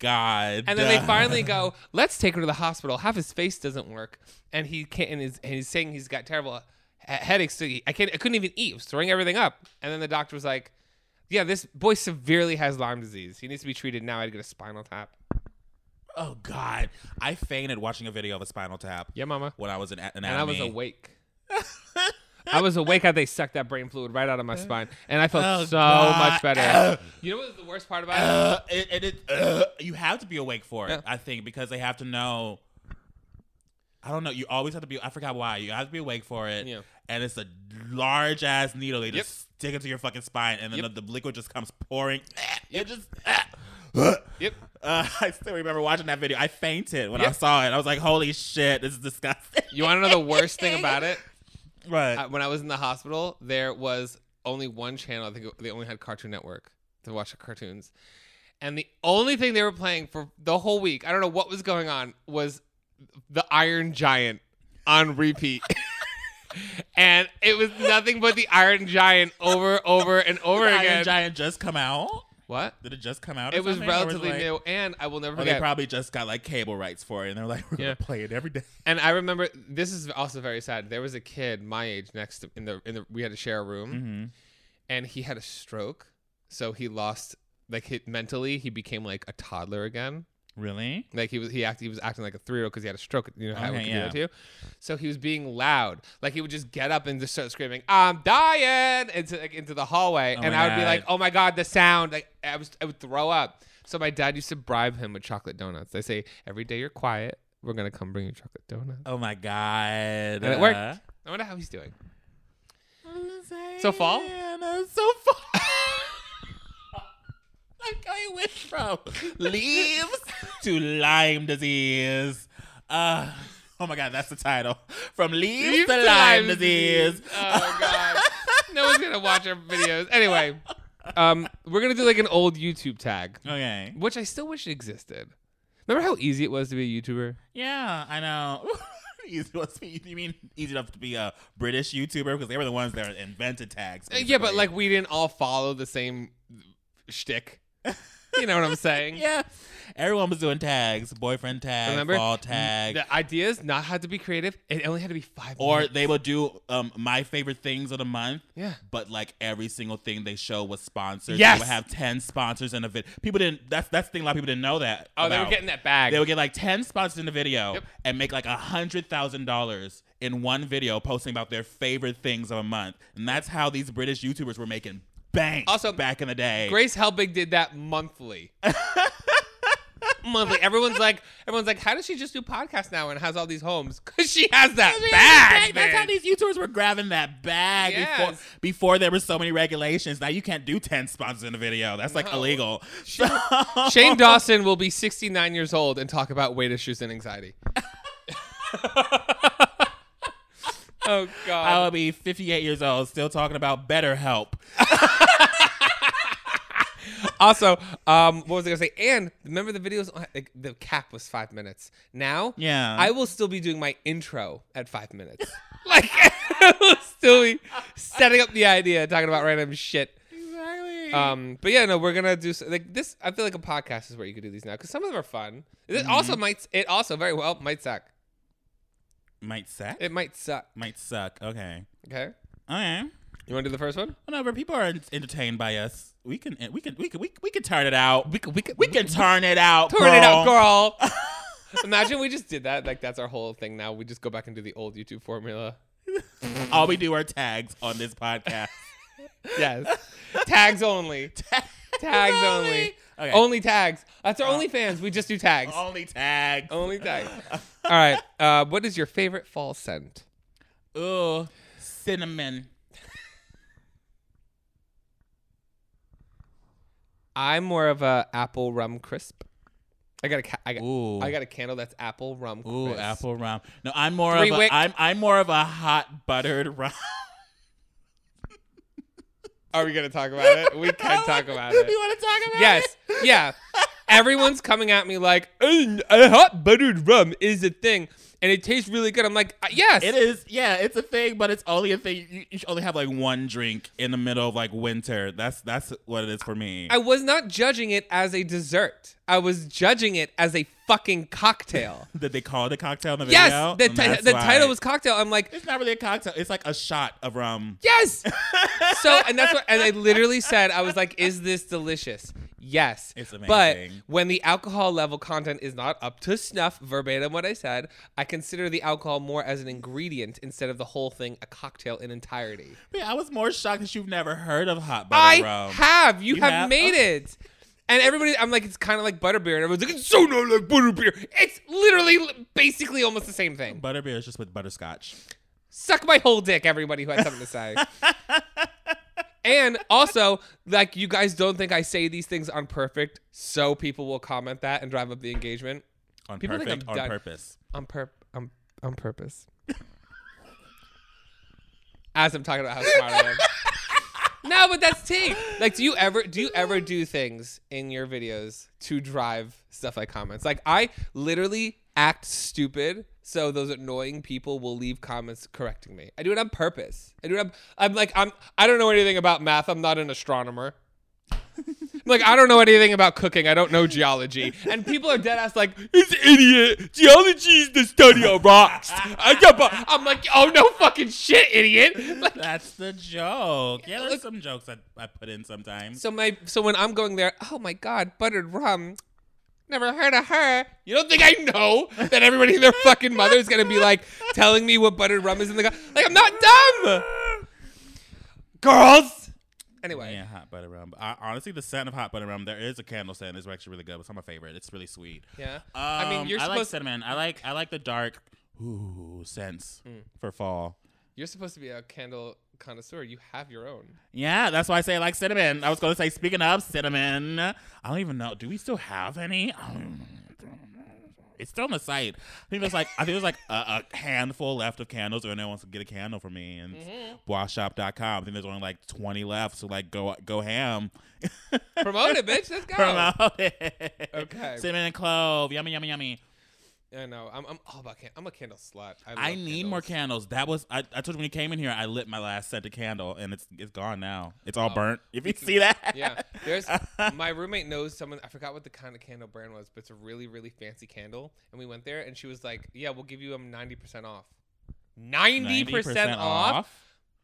god. And then they finally go, "Let's take her to the hospital. Half his face doesn't work, and he can't. And, is, and he's saying he's got terrible he- headaches. So he, I can't. I couldn't even eat. I was throwing everything up. And then the doctor was like, "Yeah, this boy severely has Lyme disease. He needs to be treated now. I'd get a spinal tap." Oh god. I fainted watching a video of a Spinal Tap Yeah, mama. when I was in a- anatomy. and I was awake. I was awake how they sucked that brain fluid right out of my spine, and I felt Oh, so God. much better. you know what was the worst part about it? Uh, it, it, it, uh, you have to be awake for it, Yeah. I think, because they have to know. I don't know. You always have to be. I forgot why. You have to be awake for it. Yeah. And it's a large ass needle. They Yep. just stick it to your fucking spine, and then Yep. the, the liquid just comes pouring. Yep. It just. Yep. Uh, I still remember watching that video. I fainted when I Yep. saw it. I was like, "Holy shit, this is disgusting!" You want to know the worst thing about it? Right? Uh, when I was in the hospital, there was only one channel. I think it- they only had Cartoon Network to watch the cartoons, and the only thing they were playing for the whole week, I don't know what was going on, was the Iron Giant on repeat. And it was nothing but the Iron Giant over, over, and over Did again. Iron Giant just come out? What? Did it just come out? or It was something? Or relatively like- new, and I will never Or they forget. probably just got like cable rights for it, and they're like, "We're Yeah. gonna play it every day." and I remember this is also very sad. There was a kid my age next to, in the in the we had to share a room, Mm-hmm. and he had a stroke, so he lost like he, mentally he became like a toddler again. Really? Like he was he acted he was acting like a three year old because he had a stroke. You know how Okay, it can yeah. do that to you. So he was being loud. Like he would just get up and just start screaming, "I'm dying!" into like, into the hallway, Oh and my I would be God. like, "Oh my god, the sound!" Like I was I would throw up. So my dad used to bribe him with chocolate donuts. They say every day you're quiet, we're gonna come bring you chocolate donuts. Oh my god! Uh-huh. And it worked. I wonder how he's doing. So fall? So fall. like I went from leaves to Lyme disease. Uh, oh my god, that's the title. From leaves, Leave to, the Lyme Lyme disease. Oh god. no one's gonna watch our videos. Anyway, um, we're gonna do like an old YouTube tag, Okay. which I still wish existed. Remember how easy it was to be a YouTuber? Yeah, I know. easy to speak. You mean easy enough to be a British YouTuber because they were the ones that invented tags. Uh, Yeah, but basically. like we didn't all follow the same shtick. You know what I'm saying? yeah, everyone was doing tags, boyfriend tag, Remember? fall tag. The ideas not had to be creative. It only had to be five. or minutes. they will do um my favorite things of the month. Yeah. But like every single thing they show was sponsored. Yes! They would have ten sponsors in a video. People didn't. That's that's the thing. A lot of people didn't know that. Oh, they were about. getting that bag. They would get like ten sponsors in the video Yep. and make like a hundred thousand dollars in one video posting about their favorite things of a month. And that's how these British YouTubers were making bank. Also, back in the day. Grace Helbig did that monthly. monthly. Everyone's like, everyone's like, how does she just do podcasts now and has all these homes? Because she has that bag. Bag, That's man. how these YouTubers were grabbing that bag Yes. before before there were so many regulations. Now you can't do ten sponsors in a video. That's like No. illegal. Shane Dawson will be 69 years old and talk about weight issues and anxiety. oh I God. will be 58 years old, still talking about better help. also, um, what was I gonna say? And remember the videos? uh, Like, the cap was five minutes. Now, Yeah. I will still be doing my intro at five minutes. like, I will still be setting up the idea, talking about random shit. exactly. Um, but yeah, no, we're gonna do s- like this. I feel like a podcast is where you could do these now because some of them are fun. It also might. It also very well might suck. might suck. It might suck. might suck. Okay. Okay. Okay. You want to do the first one? Whenever people are ent- entertained by us, we can eh, we can we can we, we can turn it out. We could, we could, We can turn it out. turn it up, girl. Imagine we just did that. Like that's our whole thing now. We just go back and do the old YouTube formula. All we do are tags on this podcast. Yes. tags only. tags, Tags only. Okay. Uh, Only tags. That's our only fans. We just do tags. Only tags. Only tags. All right. Uh, what is your favorite fall scent? Ooh, cinnamon. I'm more of a apple rum crisp. I got a ca- I got, Ooh. I got a candle that's apple rum crisp. Ooh, apple rum. No, I'm more Three of wick. a, I'm I'm more of a hot buttered rum. Are we gonna talk about it? We can talk about Do you it. want to talk about it? Yes. Yeah. Everyone's coming at me like "Mm, a hot buttered rum is a thing, and it tastes really good. I'm like, "Uh, yes. It is, yeah, it's a thing, but it's only a thing. You, you should only have like one drink in the middle of like winter. That's that's what it is for me. I was not judging it as a dessert. I was judging it as a fucking cocktail. Did they call it a cocktail in the yes, video? the, ti- And that's the why- title was cocktail. I'm like, It's not really a cocktail. It's like a shot of rum. yes. so, and that's what, and I literally said, I was like, is this delicious? Yes. It's But amazing. when the alcohol level content is not up to snuff, verbatim what I said, I consider the alcohol more as an ingredient instead of the whole thing a cocktail in entirety. Yeah, I was more shocked that you've never heard of hot I butter rum. have. You, You have, have? Oh. made it. And everybody, I'm like, it's kind of like butterbeer, and everyone's like, it's so not like butterbeer. It's literally, li- basically, almost the same thing. Butterbeer is just with butterscotch. Suck my whole dick, everybody who had something to say. and also, like, you guys don't think I say these things on perfect, so people will comment that and drive up the engagement On People think perfect, I'm on done. purpose. on purp, on, on purpose. As I'm talking about how smart I am. No, but that's tea. Like, do you ever do you ever do things in your videos to drive stuff like comments? Like, I literally act stupid so those annoying people will leave comments correcting me. I do it on purpose. I do it. On, I'm like, I'm I don't know anything about math. I'm not an astronomer. I'm like, I don't know anything about cooking. I don't know geology. And people are dead ass like, this idiot. Geology is the study of rocks. I got. bu-" I'm like, oh no, fucking shit, idiot. Like, That's the joke. Yeah, there's Look- some jokes I, I put in sometimes. So my so when I'm going there, oh my god, buttered rum. Never heard of her. You don't think I know that everybody and their fucking mother is gonna be like telling me what buttered rum is in the go- like I'm not dumb. Girls. Anyway, Yeah, hot butter rum. I, honestly, the scent of hot butter rum. There is a candle scent. It's actually really good. It's not my favorite. It's really sweet. yeah. I mean, you're Um, I like supposed cinnamon. I like I like the dark ooh scents for fall. you're supposed to be a candle connoisseur. You have your own. Yeah, that's why I say I like cinnamon. I was going to say, speaking of cinnamon, I don't even know. Do we still have any? I don't know. It's still on the site. I think there's like I think there's like a, a handful left of candles. If anyone wants to get a candle for me, and Mm-hmm. washshop.com. I think there's only like 20 left. So like go go ham. Promote it, bitch. Let's go. Promote it. Okay. Cinnamon and clove. Yummy, yummy, yummy. I know. I'm, I'm all about can- I'm a candle slut. I, love I need more candles. candles. That was I, I told you when you came in here, I lit my last set of candle and it's it's gone now. It's all burnt. If you see that. yeah. There's my roommate knows someone I forgot what the kind of candle brand was, but it's a really, really fancy candle. And we went there and she was like, Yeah, we'll give you them ninety percent off. Ninety 90% percent off?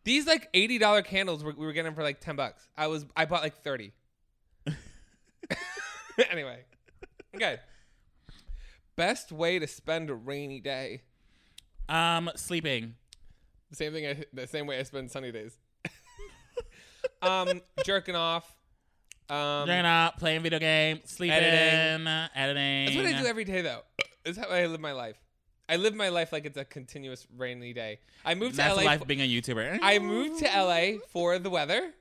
These like eighty dollar candles were, we were getting for like ten bucks. I was I bought like thirty. anyway. Okay. Best way to spend a rainy day. Um sleeping. The same thing I, the same way I spend sunny days. um jerking off. Um Drinking out, playing video game, sleeping, Editing. editing. editing. That's what I do every day, though. Is how I live my life. I live my life like it's a continuous rainy day. I moved to That's LA. life for- being a YouTuber. I moved to LA for the weather,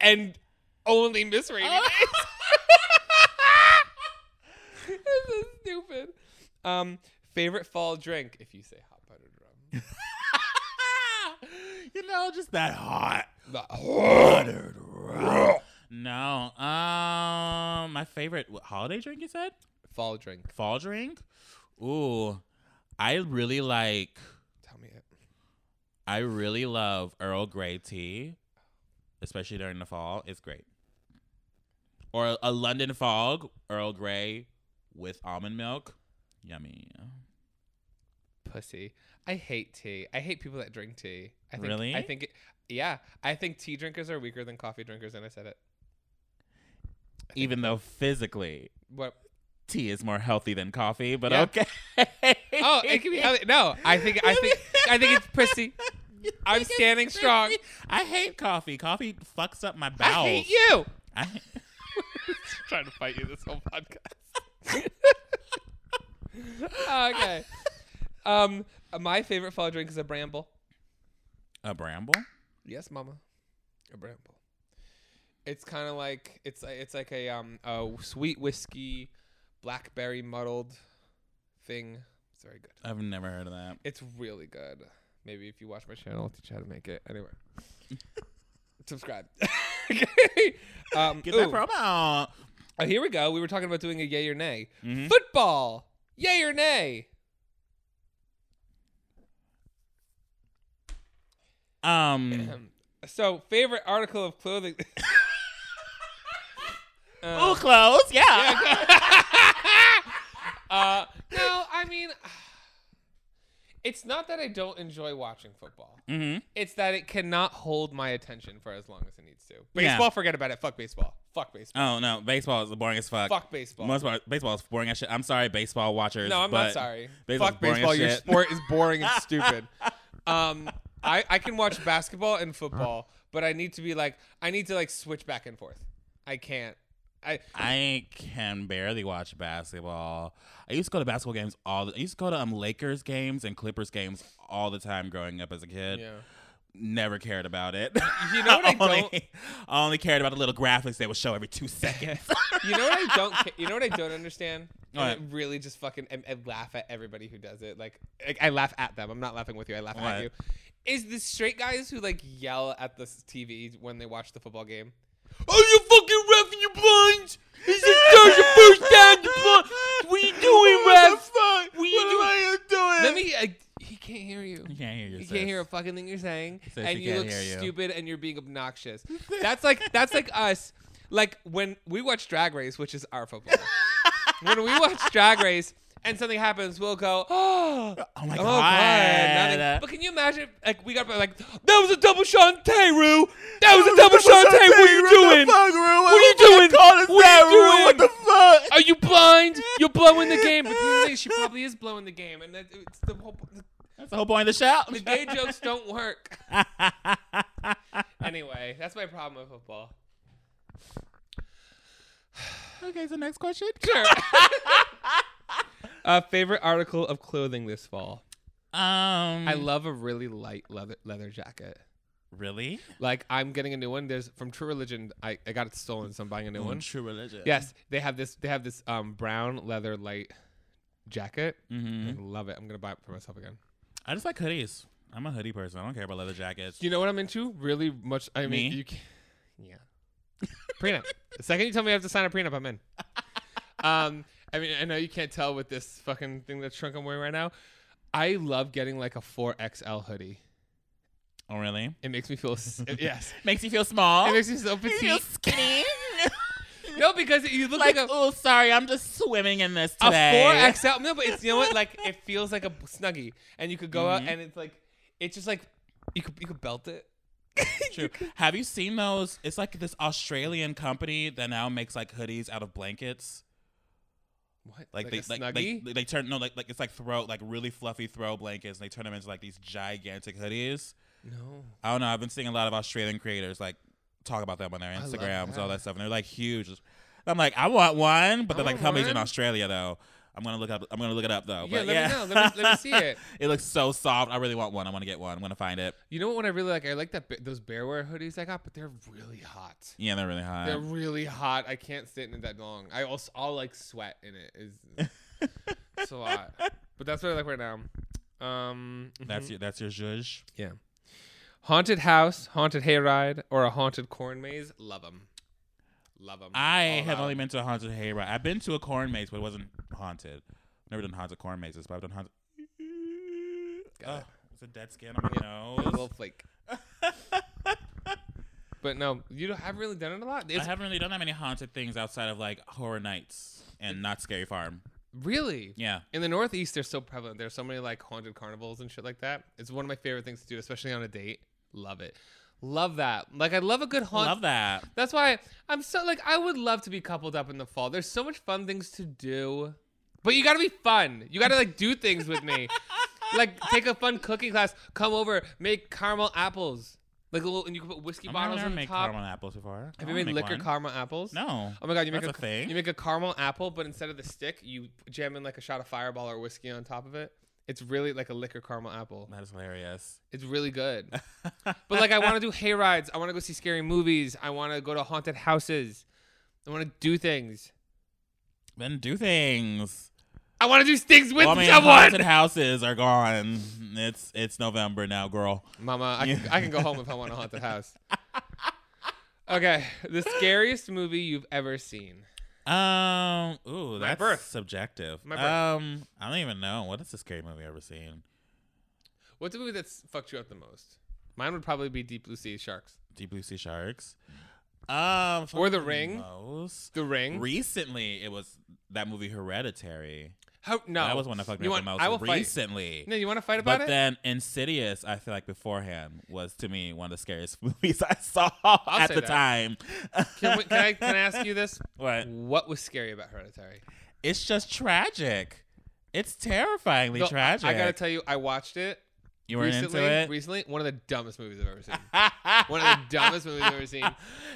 and only miss rainy Oh. days. this is stupid. Um, favorite fall drink? If you say hot buttered rum, you know, just that hot. The- No. Um my favorite what, holiday drink you said? fall drink. Fall drink? Ooh. I really like Tell me it. I really love Earl Grey tea, especially during the fall. It's great. Or a, a London fog, Earl Grey with almond milk. Yummy. Pussy. I hate tea. I hate people that drink tea. I think, Really? I think it, Yeah, I think tea drinkers are weaker than coffee drinkers, and I said it. Even though physically What? tea is more healthy than coffee, but Yeah. okay. Oh, it can be. No, I think I think I think it's prissy. You I'm think it's standing strong. crazy? I hate coffee. Coffee fucks up my I bowels. hate you. I hate- trying to fight you this whole podcast. okay. Um, my favorite fall drink is a bramble. a bramble? Yes, mama. A bramble. It's kind of like it's like it's like a um a sweet whiskey, blackberry muddled thing. It's very good. I've never heard of that. It's really good. Maybe if you watch my channel, I'll teach you how to make it. Anyway, subscribe. okay. Um, Get that ooh. promo. Oh, here we go. We were talking about doing a yay or nay. Mhm. Football, yay or nay? Um. so, favorite article of clothing. Ooh, Uh, clothes. Yeah. uh, no, I mean, it's not that I don't enjoy watching football. mm-hmm. It's that it cannot hold my attention for as long as it needs to. Yeah. Baseball, forget about it. Fuck baseball. Fuck baseball. Oh no, baseball is boring as fuck. Fuck baseball. Most part, baseball is boring as shit. I'm sorry, baseball watchers. No, I'm but not sorry. baseball's Fuck boring baseball. as Your shit. sport is boring and stupid. Um, I, I can watch basketball and football, but I need to be like I need to like switch back and forth. I can't. I I can barely watch basketball. I used to go to basketball games all. The, I used to go to um Lakers games and Clippers games all the time growing up as a kid. yeah. Never cared about it. You know what I don't- only, I only cared about the little graphics they would show every two seconds. You know what I don't. ca- You know what I don't understand. And What? I really just fucking I, I laugh at everybody who does it. Like, like I laugh at them. I'm not laughing with you. I laugh What? at you. Is the straight guys who like yell at the s- TV when they watch the football game? Are you fucking ref and you blind? Is this third your first down? You blind? What you doing, ref? What What you doing? doing? Let me. I, he can't hear you. You can't hear your You sis. can't hear a fucking thing you're saying, Sis, and he you can't look hear you. stupid, and you're being obnoxious. That's like that's like us. Like when we watch Drag Race, which is our football. when we watch Drag Race, and something happens, we'll go, "Oh, Oh my oh, god! God, nothing." But can you imagine? Like we got like that was a double Shantae, Rue. That was a double Shantae. What are you doing? What are you doing? What are you doing? What the fuck? Are you blind? You're blowing the game. But here's the thing, she probably is blowing the game, and that, it's the whole That's the whole point of the show. the gay jokes don't work. Anyway, that's my problem with football. okay, so next question. Sure. uh, favorite article of clothing this fall. Um, I love a really light leather leather jacket. really Like I'm getting a new one. There's from True Religion. I, I got it stolen, so I'm buying a new one. Mm, True Religion. Yes, they have this. They have this um brown leather light jacket. hmm I love it. I'm gonna buy it for myself again. I just like hoodies. I'm a hoodie person. I don't care about leather jackets. You know what I'm into? Really much. I mean, Me? you. Can, yeah. prenup. The second you tell me I have to sign a prenup, I'm in. Um, I mean, I know you can't tell with this fucking thing that's shrunk I'm wearing right now. I love getting like a 4XL hoodie. Oh, really? It makes me feel s- yes. Makes Oh, you feel small. It makes me so petite. skinny. No, because you look like, like, a. oh, sorry, I'm just swimming in this A today. four XL, no, but it's you know what? Like it feels like a snuggie, and you could go out Mhm. and it's like, it's just like, you could you could belt it. True. Have you seen those? It's like this Australian company that now makes like hoodies out of blankets. What? Like, a they like they, they turn no like like it's like throw like really fluffy throw blankets and they turn them into like these gigantic hoodies. no. I don't know. I've been seeing a lot of Australian creators like talk about them on their love Instagrams, all that. that stuff, and they're like huge. I'm like, I want one, but I they're like, want companies in one. Australia though. I'm gonna look up. I'm gonna look it up though. Yeah, let but me yeah. know. Let me- let me see it. it looks so soft. I really want one. I want to get one. I'm gonna find it. You know what I really like? I like that ba- those bearwear hoodies I got, but they're really hot. Yeah, they're really hot. They're really hot. I can't sit in it that long. I also I'll like sweat in it. Is it's a lot, but that's what I like right now. Um, that's mhm. your that's your zhuzh. yeah. Haunted house, haunted hayride, or a haunted corn maze. Love them. Love them. I have only been to a haunted hayride. I've been to a corn maze, but it wasn't haunted. Never done haunted corn mazes, but I've done haunted. Got it. Oh, it's a dead skin on my a little nose. flake. But no, you don't, haven't really done it a lot. I It's haven't really done that many haunted things outside of like horror nights and not scary farm. really Yeah. in the Northeast. They're so prevalent. There's so many like haunted carnivals and shit like that. It's one of my favorite things to do, especially on a date. Love it. Love that. Like I love a good haunt. Love that. That's why I'm so like I would love to be coupled up in the fall. There's so much fun things to do. But you gotta be fun. You gotta like do things with me. like take a fun cooking class. Come over, make caramel apples. Like a little and you can put whiskey I've bottles never on the made top. caramel apples before. I Have you wanna made make liquor one. caramel apples? No. Oh my god, you make That's a thing? You make a caramel apple, but instead of the stick, you jam in like a shot of fireball or whiskey on top of it. It's really like a liquor caramel apple. That is hilarious. It's really good. But like, I want to do hay rides. I want to go see scary movies. I want to go to haunted houses. I want to do things. then do things. I want to do things with Well, I mean, someone. haunted houses are gone. It's it's November now, girl. Mama, I, can, Yeah. I can go home if I want a haunted house. Okay, the scariest movie you've ever seen. Um, ooh, My that's birth. subjective. My birth. Um, I don't even know what is the scary movie I've ever seen. What's a movie that's fucked you up the most? Mine would probably be Deep Blue Sea Sharks. Deep Blue Sea Sharks. Um, Or The fucking Ring. Most. The Ring. Recently, it was that movie Hereditary. How, no, that was one that fucked me Oh. You up the want- most. I will fight. recently. No, you want to fight about But it? then Insidious, I feel like beforehand was to me one of the scariest movies I saw at say the that. time. Can, we, can I can I ask you this? What? What was scary about Hereditary? It's just tragic. It's terrifyingly No, I- tragic. I, gotta tell you, I watched it you weren't recently. into it. Recently, one of the dumbest movies I've ever seen. one of the dumbest movies I've ever seen.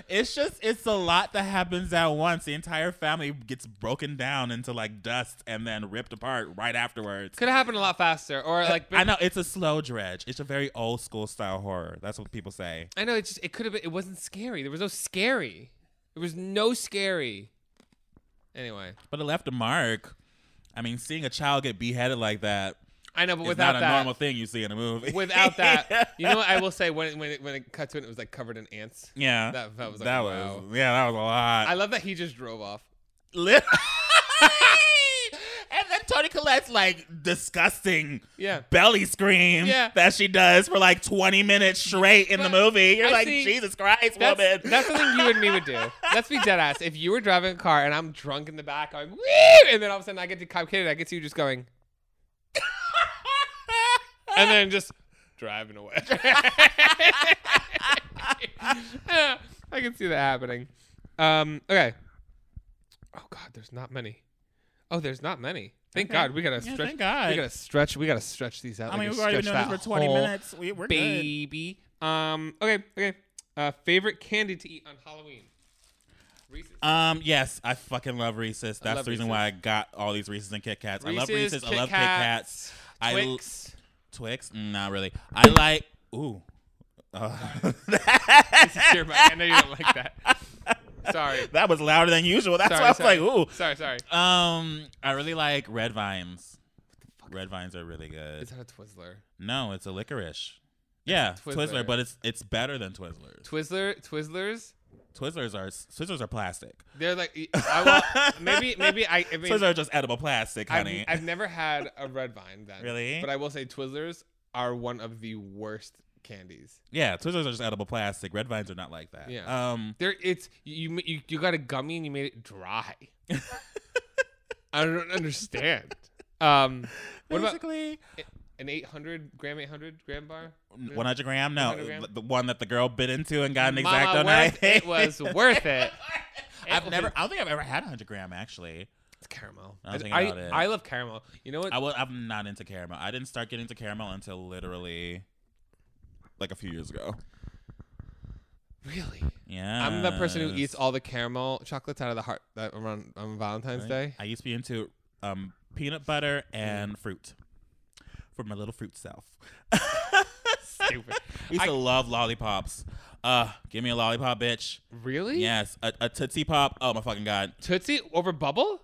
It's just it's a lot that happens at once. The entire family gets broken down into like dust and then ripped apart right afterwards. Could have happened a lot faster, or like I know it's a slow dredge. It's a very old school style horror. That's what people say. I know it just it could have been. It wasn't scary. There was no scary. There was no scary. Anyway, But it left a mark. I mean, seeing a child get beheaded like that I know, but is without not a that, normal thing you see in a movie. without that, you know what I will say when it, when it, when it cut to it, it was like covered in ants. yeah, That- that was like, wow. yeah, that was a lot. I love that he just drove off. Lit- and then Tony Collette's like disgusting Yeah. belly scream Yeah. that she does for like 20 minutes straight in the But movie. You're I like, see- Jesus Christ, That's, woman. that's something you and me would do. Let's be dead ass. If you were driving a car and I'm drunk in the back, I'm wee, and then all of a sudden I get to cop kid, I get to you just going, and then just driving away. I can see that happening. Um, okay. Oh God, there's not many. Oh, there's not many. Thank Okay. God we gotta Yeah, stretch. thank God. We gotta stretch. We gotta stretch these out. I mean, we we've gotta already been stretch doing this for that 20 whole minutes. We, we're good. baby. Um. Okay. Okay. Uh, favorite candy to eat on Halloween. Reese's. Um, yes, I fucking love Reese's. That's love the reason Reese's. why I got all these Reese's and Kit Kats. I love Reese's, Reese's. Kit I love Kats, Kit Kats. Twix. I, Twix? Mm, Not really. I like, ooh. Uh, Sure, Mike, I know you don't like that. Sorry. that was louder than usual. That's Sorry, why I was sorry. like, ooh. Sorry. Sorry. Um, I really like red vines. Red vines are really good. Is that a Twizzler? No, it's a licorice. Yeah, Twizzler. Twizzler. but it's it's better than Twizzlers. Twizzler. Twizzlers. Twizzlers are Twizzlers are plastic. They're like e, I will, maybe maybe I, I mean Twizzlers are just edible plastic, I've, honey. I've never had a red vine then. Really? But I will say Twizzlers are one of the worst candies. yeah, Twizzlers are just edible plastic. Red vines are not like that. Yeah. Um. There it's you you, you got a gummy and you made it dry. I don't understand. Um what about Basically, an 800 gram 800 gram bar? n- 100 Mm, gram? No, 100 gram? the one that the girl bit into and got an exacto Mama, knife. worth, it was worth it. I've It never. was- I don't think I've ever had 100 gram actually. It's caramel. I was I, thinking about I- it. I love caramel. You know what? I will, I'm not into caramel. I didn't start getting into caramel until literally like a few years ago. really? Yeah. I'm the person who eats all the caramel chocolates out of the heart that around on Valentine's Day. I used to be into um, peanut butter and fruit for my little fruit self. Stupid. I used I- to love lollipops. Uh, give me a lollipop, bitch. Really? Yes, a, a Tootsie Pop. Oh my fucking god. Tootsie over bubble?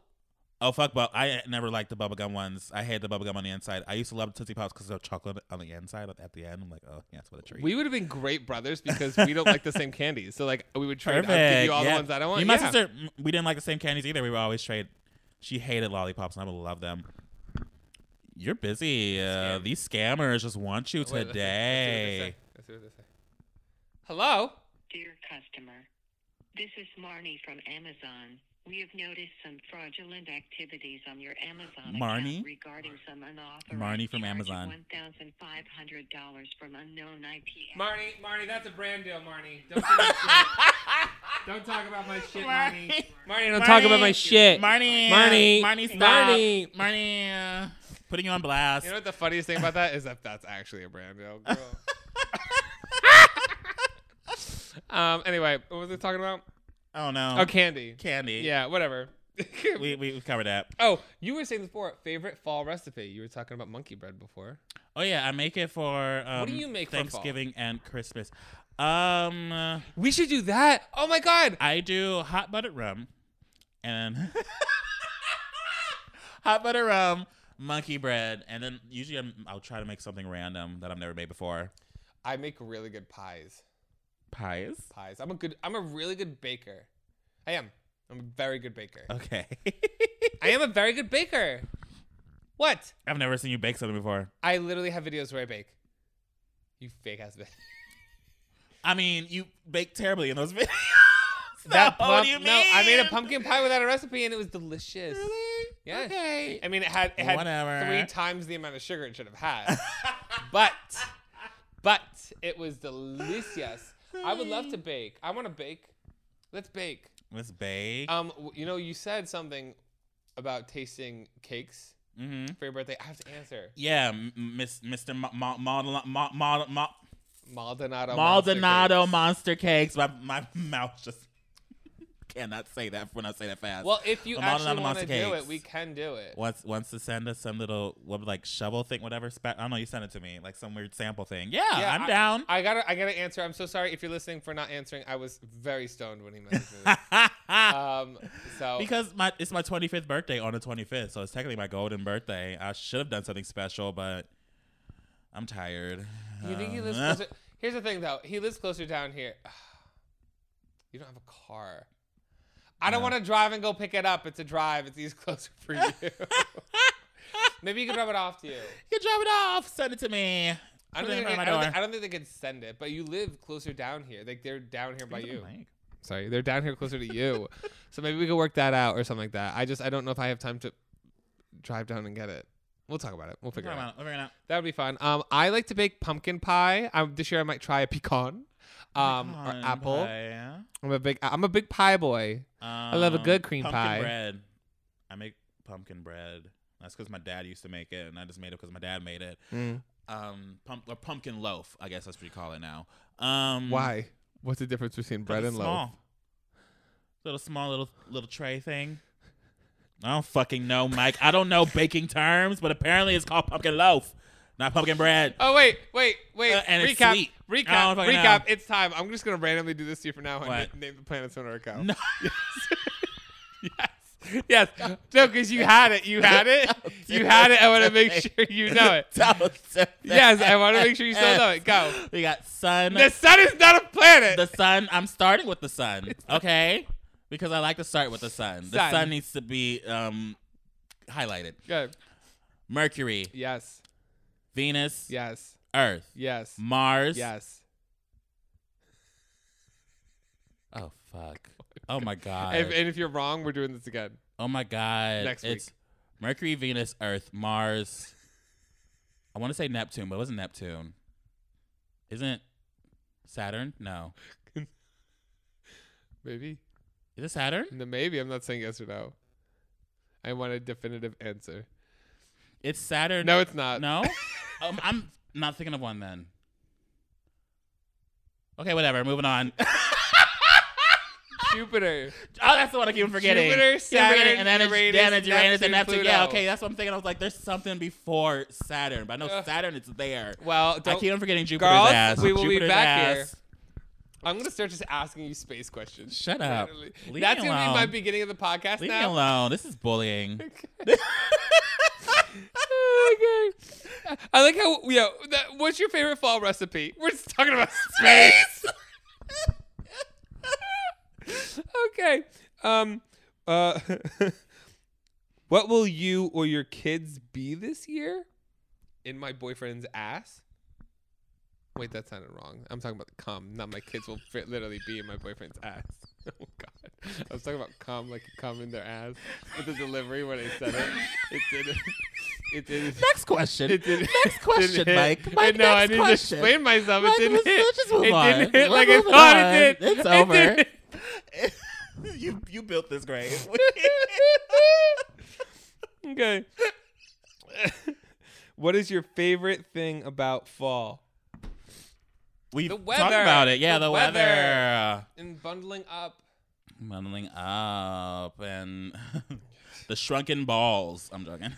Oh fuck, but I never liked the bubblegum ones. I hate the bubblegum on the inside. I used to love Tootsie Pops because they're chocolate on the inside. At the end, I'm like, oh yes, what a treat. We would have been great brothers because we don't like the same candies. So like we would try to give you all the yeah. ones I don't want. Me and my Yeah. sister, m- we didn't like the same candies either. We would always trade. She hated lollipops, and I would love them. You're busy. Uh, these scammers just want you Wait, let's see- let's see what they today. say. Let's see what they say. Hello? Dear customer, This is Marnie from Amazon. We have noticed some fraudulent activities on your Amazon Marnie? account regarding some unauthorized Marnie from charge of Amazon. $1,500 from unknown IP address. Marnie, Marnie, that's a brand deal, Marnie. Don't, say my shit. don't talk about my shit, Marnie. Marnie, don't talk about my shit. Marnie. Marnie. Marnie, stop. Marnie. Marnie. uh, Putting you on blast. You know what the funniest thing about that is that that's actually a brand deal, girl. um. Anyway, what was I talking about? oh, no. Oh, candy. Candy. Yeah, whatever. We, we we covered that. oh, you were saying before favorite fall recipe. You were talking about monkey bread before. Oh, yeah. I make it for um, do you make for fall? Thanksgiving and Christmas. Um, uh, We should do that. Oh my god. I do hot buttered rum and hot buttered rum, monkey bread, and then usually I'm, I'll try to make something random that I've never made before. I make really good pies. Pies. Pies. I'm a good. I'm a really good baker. I am. I'm a very good baker. Okay. I am a very good baker. What? I've never seen you bake something before. I literally have videos where I bake. You fake ass bitch. I mean, you bake terribly in those videos. So what pump- do you mean? No, I made a pumpkin pie without a recipe and it was delicious. Really? Yes. Okay. I mean, it had it had Whatever. three times the amount of sugar it should have had, but but it was delicious. I would love to bake. I want to bake. Let's bake. Let's bake. Um, w- you know, you said something about tasting cakes mm-hmm. for your birthday. I have to answer. Yeah, m- Miss Mr. Ma- Ma- Ma- Ma- Ma- Ma- Ma- Maldonado. monster Maldonado cakes. Monster Cakes. My my mouth just cannot say that when I say that fast. Well, if you The actually Maldonado want to monster do it, cakes. we can do it. once once to send us some little what like shovel thing, whatever. Spe- I don't know. You sent it to me like some weird sample thing. Yeah, Yeah, I'm I- down. I gotta, I gotta answer. I'm so sorry if you're listening for not answering. I was very stoned when he messaged me. this. um, so because my it's my 25th birthday on the 25th, so it's technically my golden birthday. I should have done something special, but I'm tired. you think he Um, lives closer? Here's the thing, though. He lives closer down here. You don't have a car. I don't No. want to drive and go pick it up. It's a drive. It's easy closer for you. Maybe you could rub it off to you. You can drop it off. Send it to me. I Put don't, it in think, front I, of my don't door. think, I don't think they could send it, but you live closer down here. Like they're down here by Look at you. the mic. Sorry, they're down here closer to you. so maybe we could work that out or something like that. I just I don't know if I have time to drive down and get it. We'll talk about it. We'll figure Come it out. on, we're going out. That would be fun. Um, I like to bake pumpkin pie. Um, this year I might try a pecan, um, or Pecan apple. pie. I'm a big I'm a big pie boy. I love a good cream pie. Bread. I make pumpkin bread. That's because my dad used to make it, and I just made it because my dad made it. Um, pump or pumpkin loaf, I guess that's what you call it now. Um, Why? What's the difference between bread Little and small. loaf? Little small little little tray thing. I don't fucking know, Mike. I don't know baking terms, but apparently it's called pumpkin loaf, not pumpkin bread. Oh wait, wait, wait! Uh, and it's recap, sweet. I recap, don't fucking recap! know. It's time. I'm just gonna randomly do this to you from now on. What? Name the planets in order. Go. No. yes, yes. No, because you had it. You had it. You had it. I want to make sure you know it. Yes, I want to make sure you still know it. Go. We got sun. The sun is not a planet. the sun. I'm starting with the sun, okay? Because I like to start with the sun. The Sun. sun needs to be um, highlighted. Good. Mercury, Yes. Venus, Yes. Earth, Yes. Mars. Yes. Oh fuck. Oh my god. If, and if you're wrong, we're doing this again. oh my god. Next week. It's Mercury, Venus, Earth, Mars. I want to say Neptune, but it wasn't Neptune. Isn't Saturn? No. Maybe. Is it Saturn? No, maybe. I'm not saying yes or no. I want a definitive answer. It's Saturn. No, it's not. No? um, I'm not thinking of one then. Okay, whatever. Moving on. oh, Jupiter. that's the one I keep forgetting. Jupiter, Yeah, Saturn, and then it's Uranus, then it's Uranus and Neptune, Neptune. Yeah, Pluto. okay, that's what I'm thinking. I was like, there's something before Saturn, but I know Ugh. Saturn is there. Well, I don't, keep on forgetting Jupiter's Girls, ass. we will be Jupiter's back ass. here. I'm gonna start just asking you space questions. Shut up. Randomly. Leave That's me gonna be alone. my beginning of the podcast Leave me now. alone. This is bullying. okay. I like how yeah. That, what's your favorite fall recipe? We're just talking about space. okay. Um. Uh. what will you or your kids be this year? In my boyfriend's ass. Wait, that sounded wrong. I'm talking about the cum, not my kids will fit literally be in my boyfriend's ass. Oh God! I was talking about cum, like cum in their ass, but the delivery when I said it, it didn't. It didn't. Next question. It didn't- Next question, didn't hit. Mike. Mike, no, I next didn't question. explain myself. Mike, it didn't let's- hit. let's just move it on. didn't hit We're like I moving thought on. it did. It's It over. didn't. you you built this grave. Okay. what is your favorite thing about fall? we The talked weather. about it. Yeah, The the, weather. weather. And bundling up. Bundling up and the shrunken balls. I'm joking.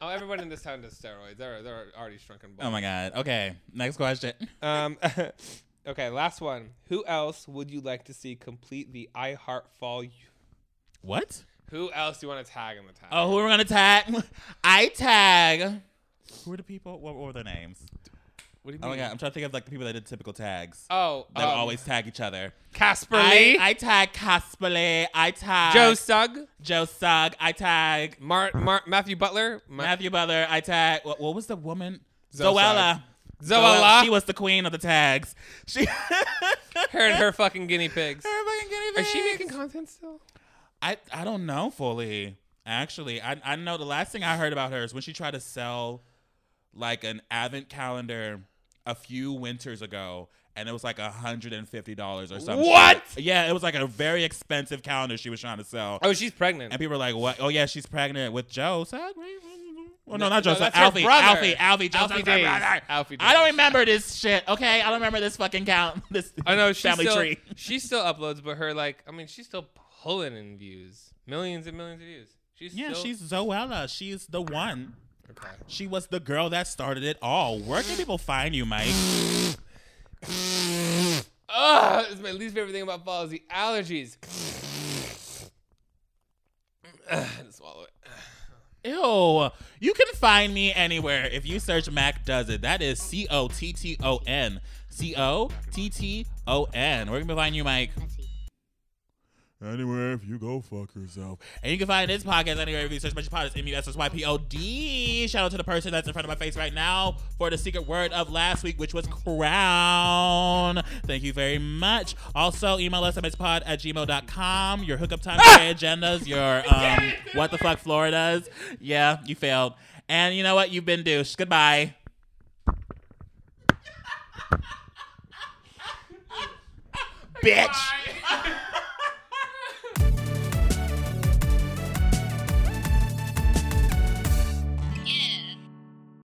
Oh, everyone in this town does steroids. They're, they're already shrunken balls. Oh my god. Okay, next question. Um, okay, last one. Who else would you like to see complete the I Heart Fall? U- What? Who else do you want to tag in the tag? Oh, who are we gonna tag? I tag. Who are the people? What were their names? what do you Oh my god, I'm trying to think of like the people that did typical tags. Oh, They would um, always tag each other. Casper I, Lee, I tag Casperly. I tag Joe Sugg, Joe Sugg. I tag Mar- Mar- Matthew Butler, Ma- Matthew Butler. I tag. What, what was the woman? Zoe Zoella. Zoella. She was the queen of the tags. She. her and her fucking guinea pigs. Her fucking guinea Is she pigs. making content still? I I don't know fully. Actually, I I know the last thing I heard about her is when she tried to sell like an advent calendar a few winters ago, and it was like hundred and fifty dollars or something. What? Yeah, it was like a very expensive calendar she was trying to sell. Oh, she's pregnant. And people were like, "What? Oh yeah, she's pregnant with Joe." Sag, right? Well, no, No, not Joe. no, Sag. that's her Alfie, brother. Alfie, Alfie, Joe. Alfie Sag's Days. brother. Alfie I don't Days. remember this shit. Okay, I don't remember this fucking count. This I know she family still tree. she still uploads, but her like I mean she's still pulling in views, millions and millions of views. She's Yeah, still- she's Zoella. She's the one. okay. She was the girl that started it all. Where can people find you, Mike? Ugh, it's my least favorite thing about fall is the allergies. I had to swallow it. Ew. You can find me anywhere if you search Mac Does It. That is C O T T O N. C O T T O N. Where can people find you, Mike? Anywhere if you go fuck yourself. And you can find this podcast anywhere if you search Magic Pod. It's M-U-S-S-Y-P-O-D. Shout out to the person that's in front of my face right now for the secret word of last week, which was crown. Thank you very much. Also, email us at magicpod at gmail.com. Your hookup time, your agendas, your um, what the fuck Floridas. Yeah, you failed. And you know what? You've been douche. Goodbye. Bitch.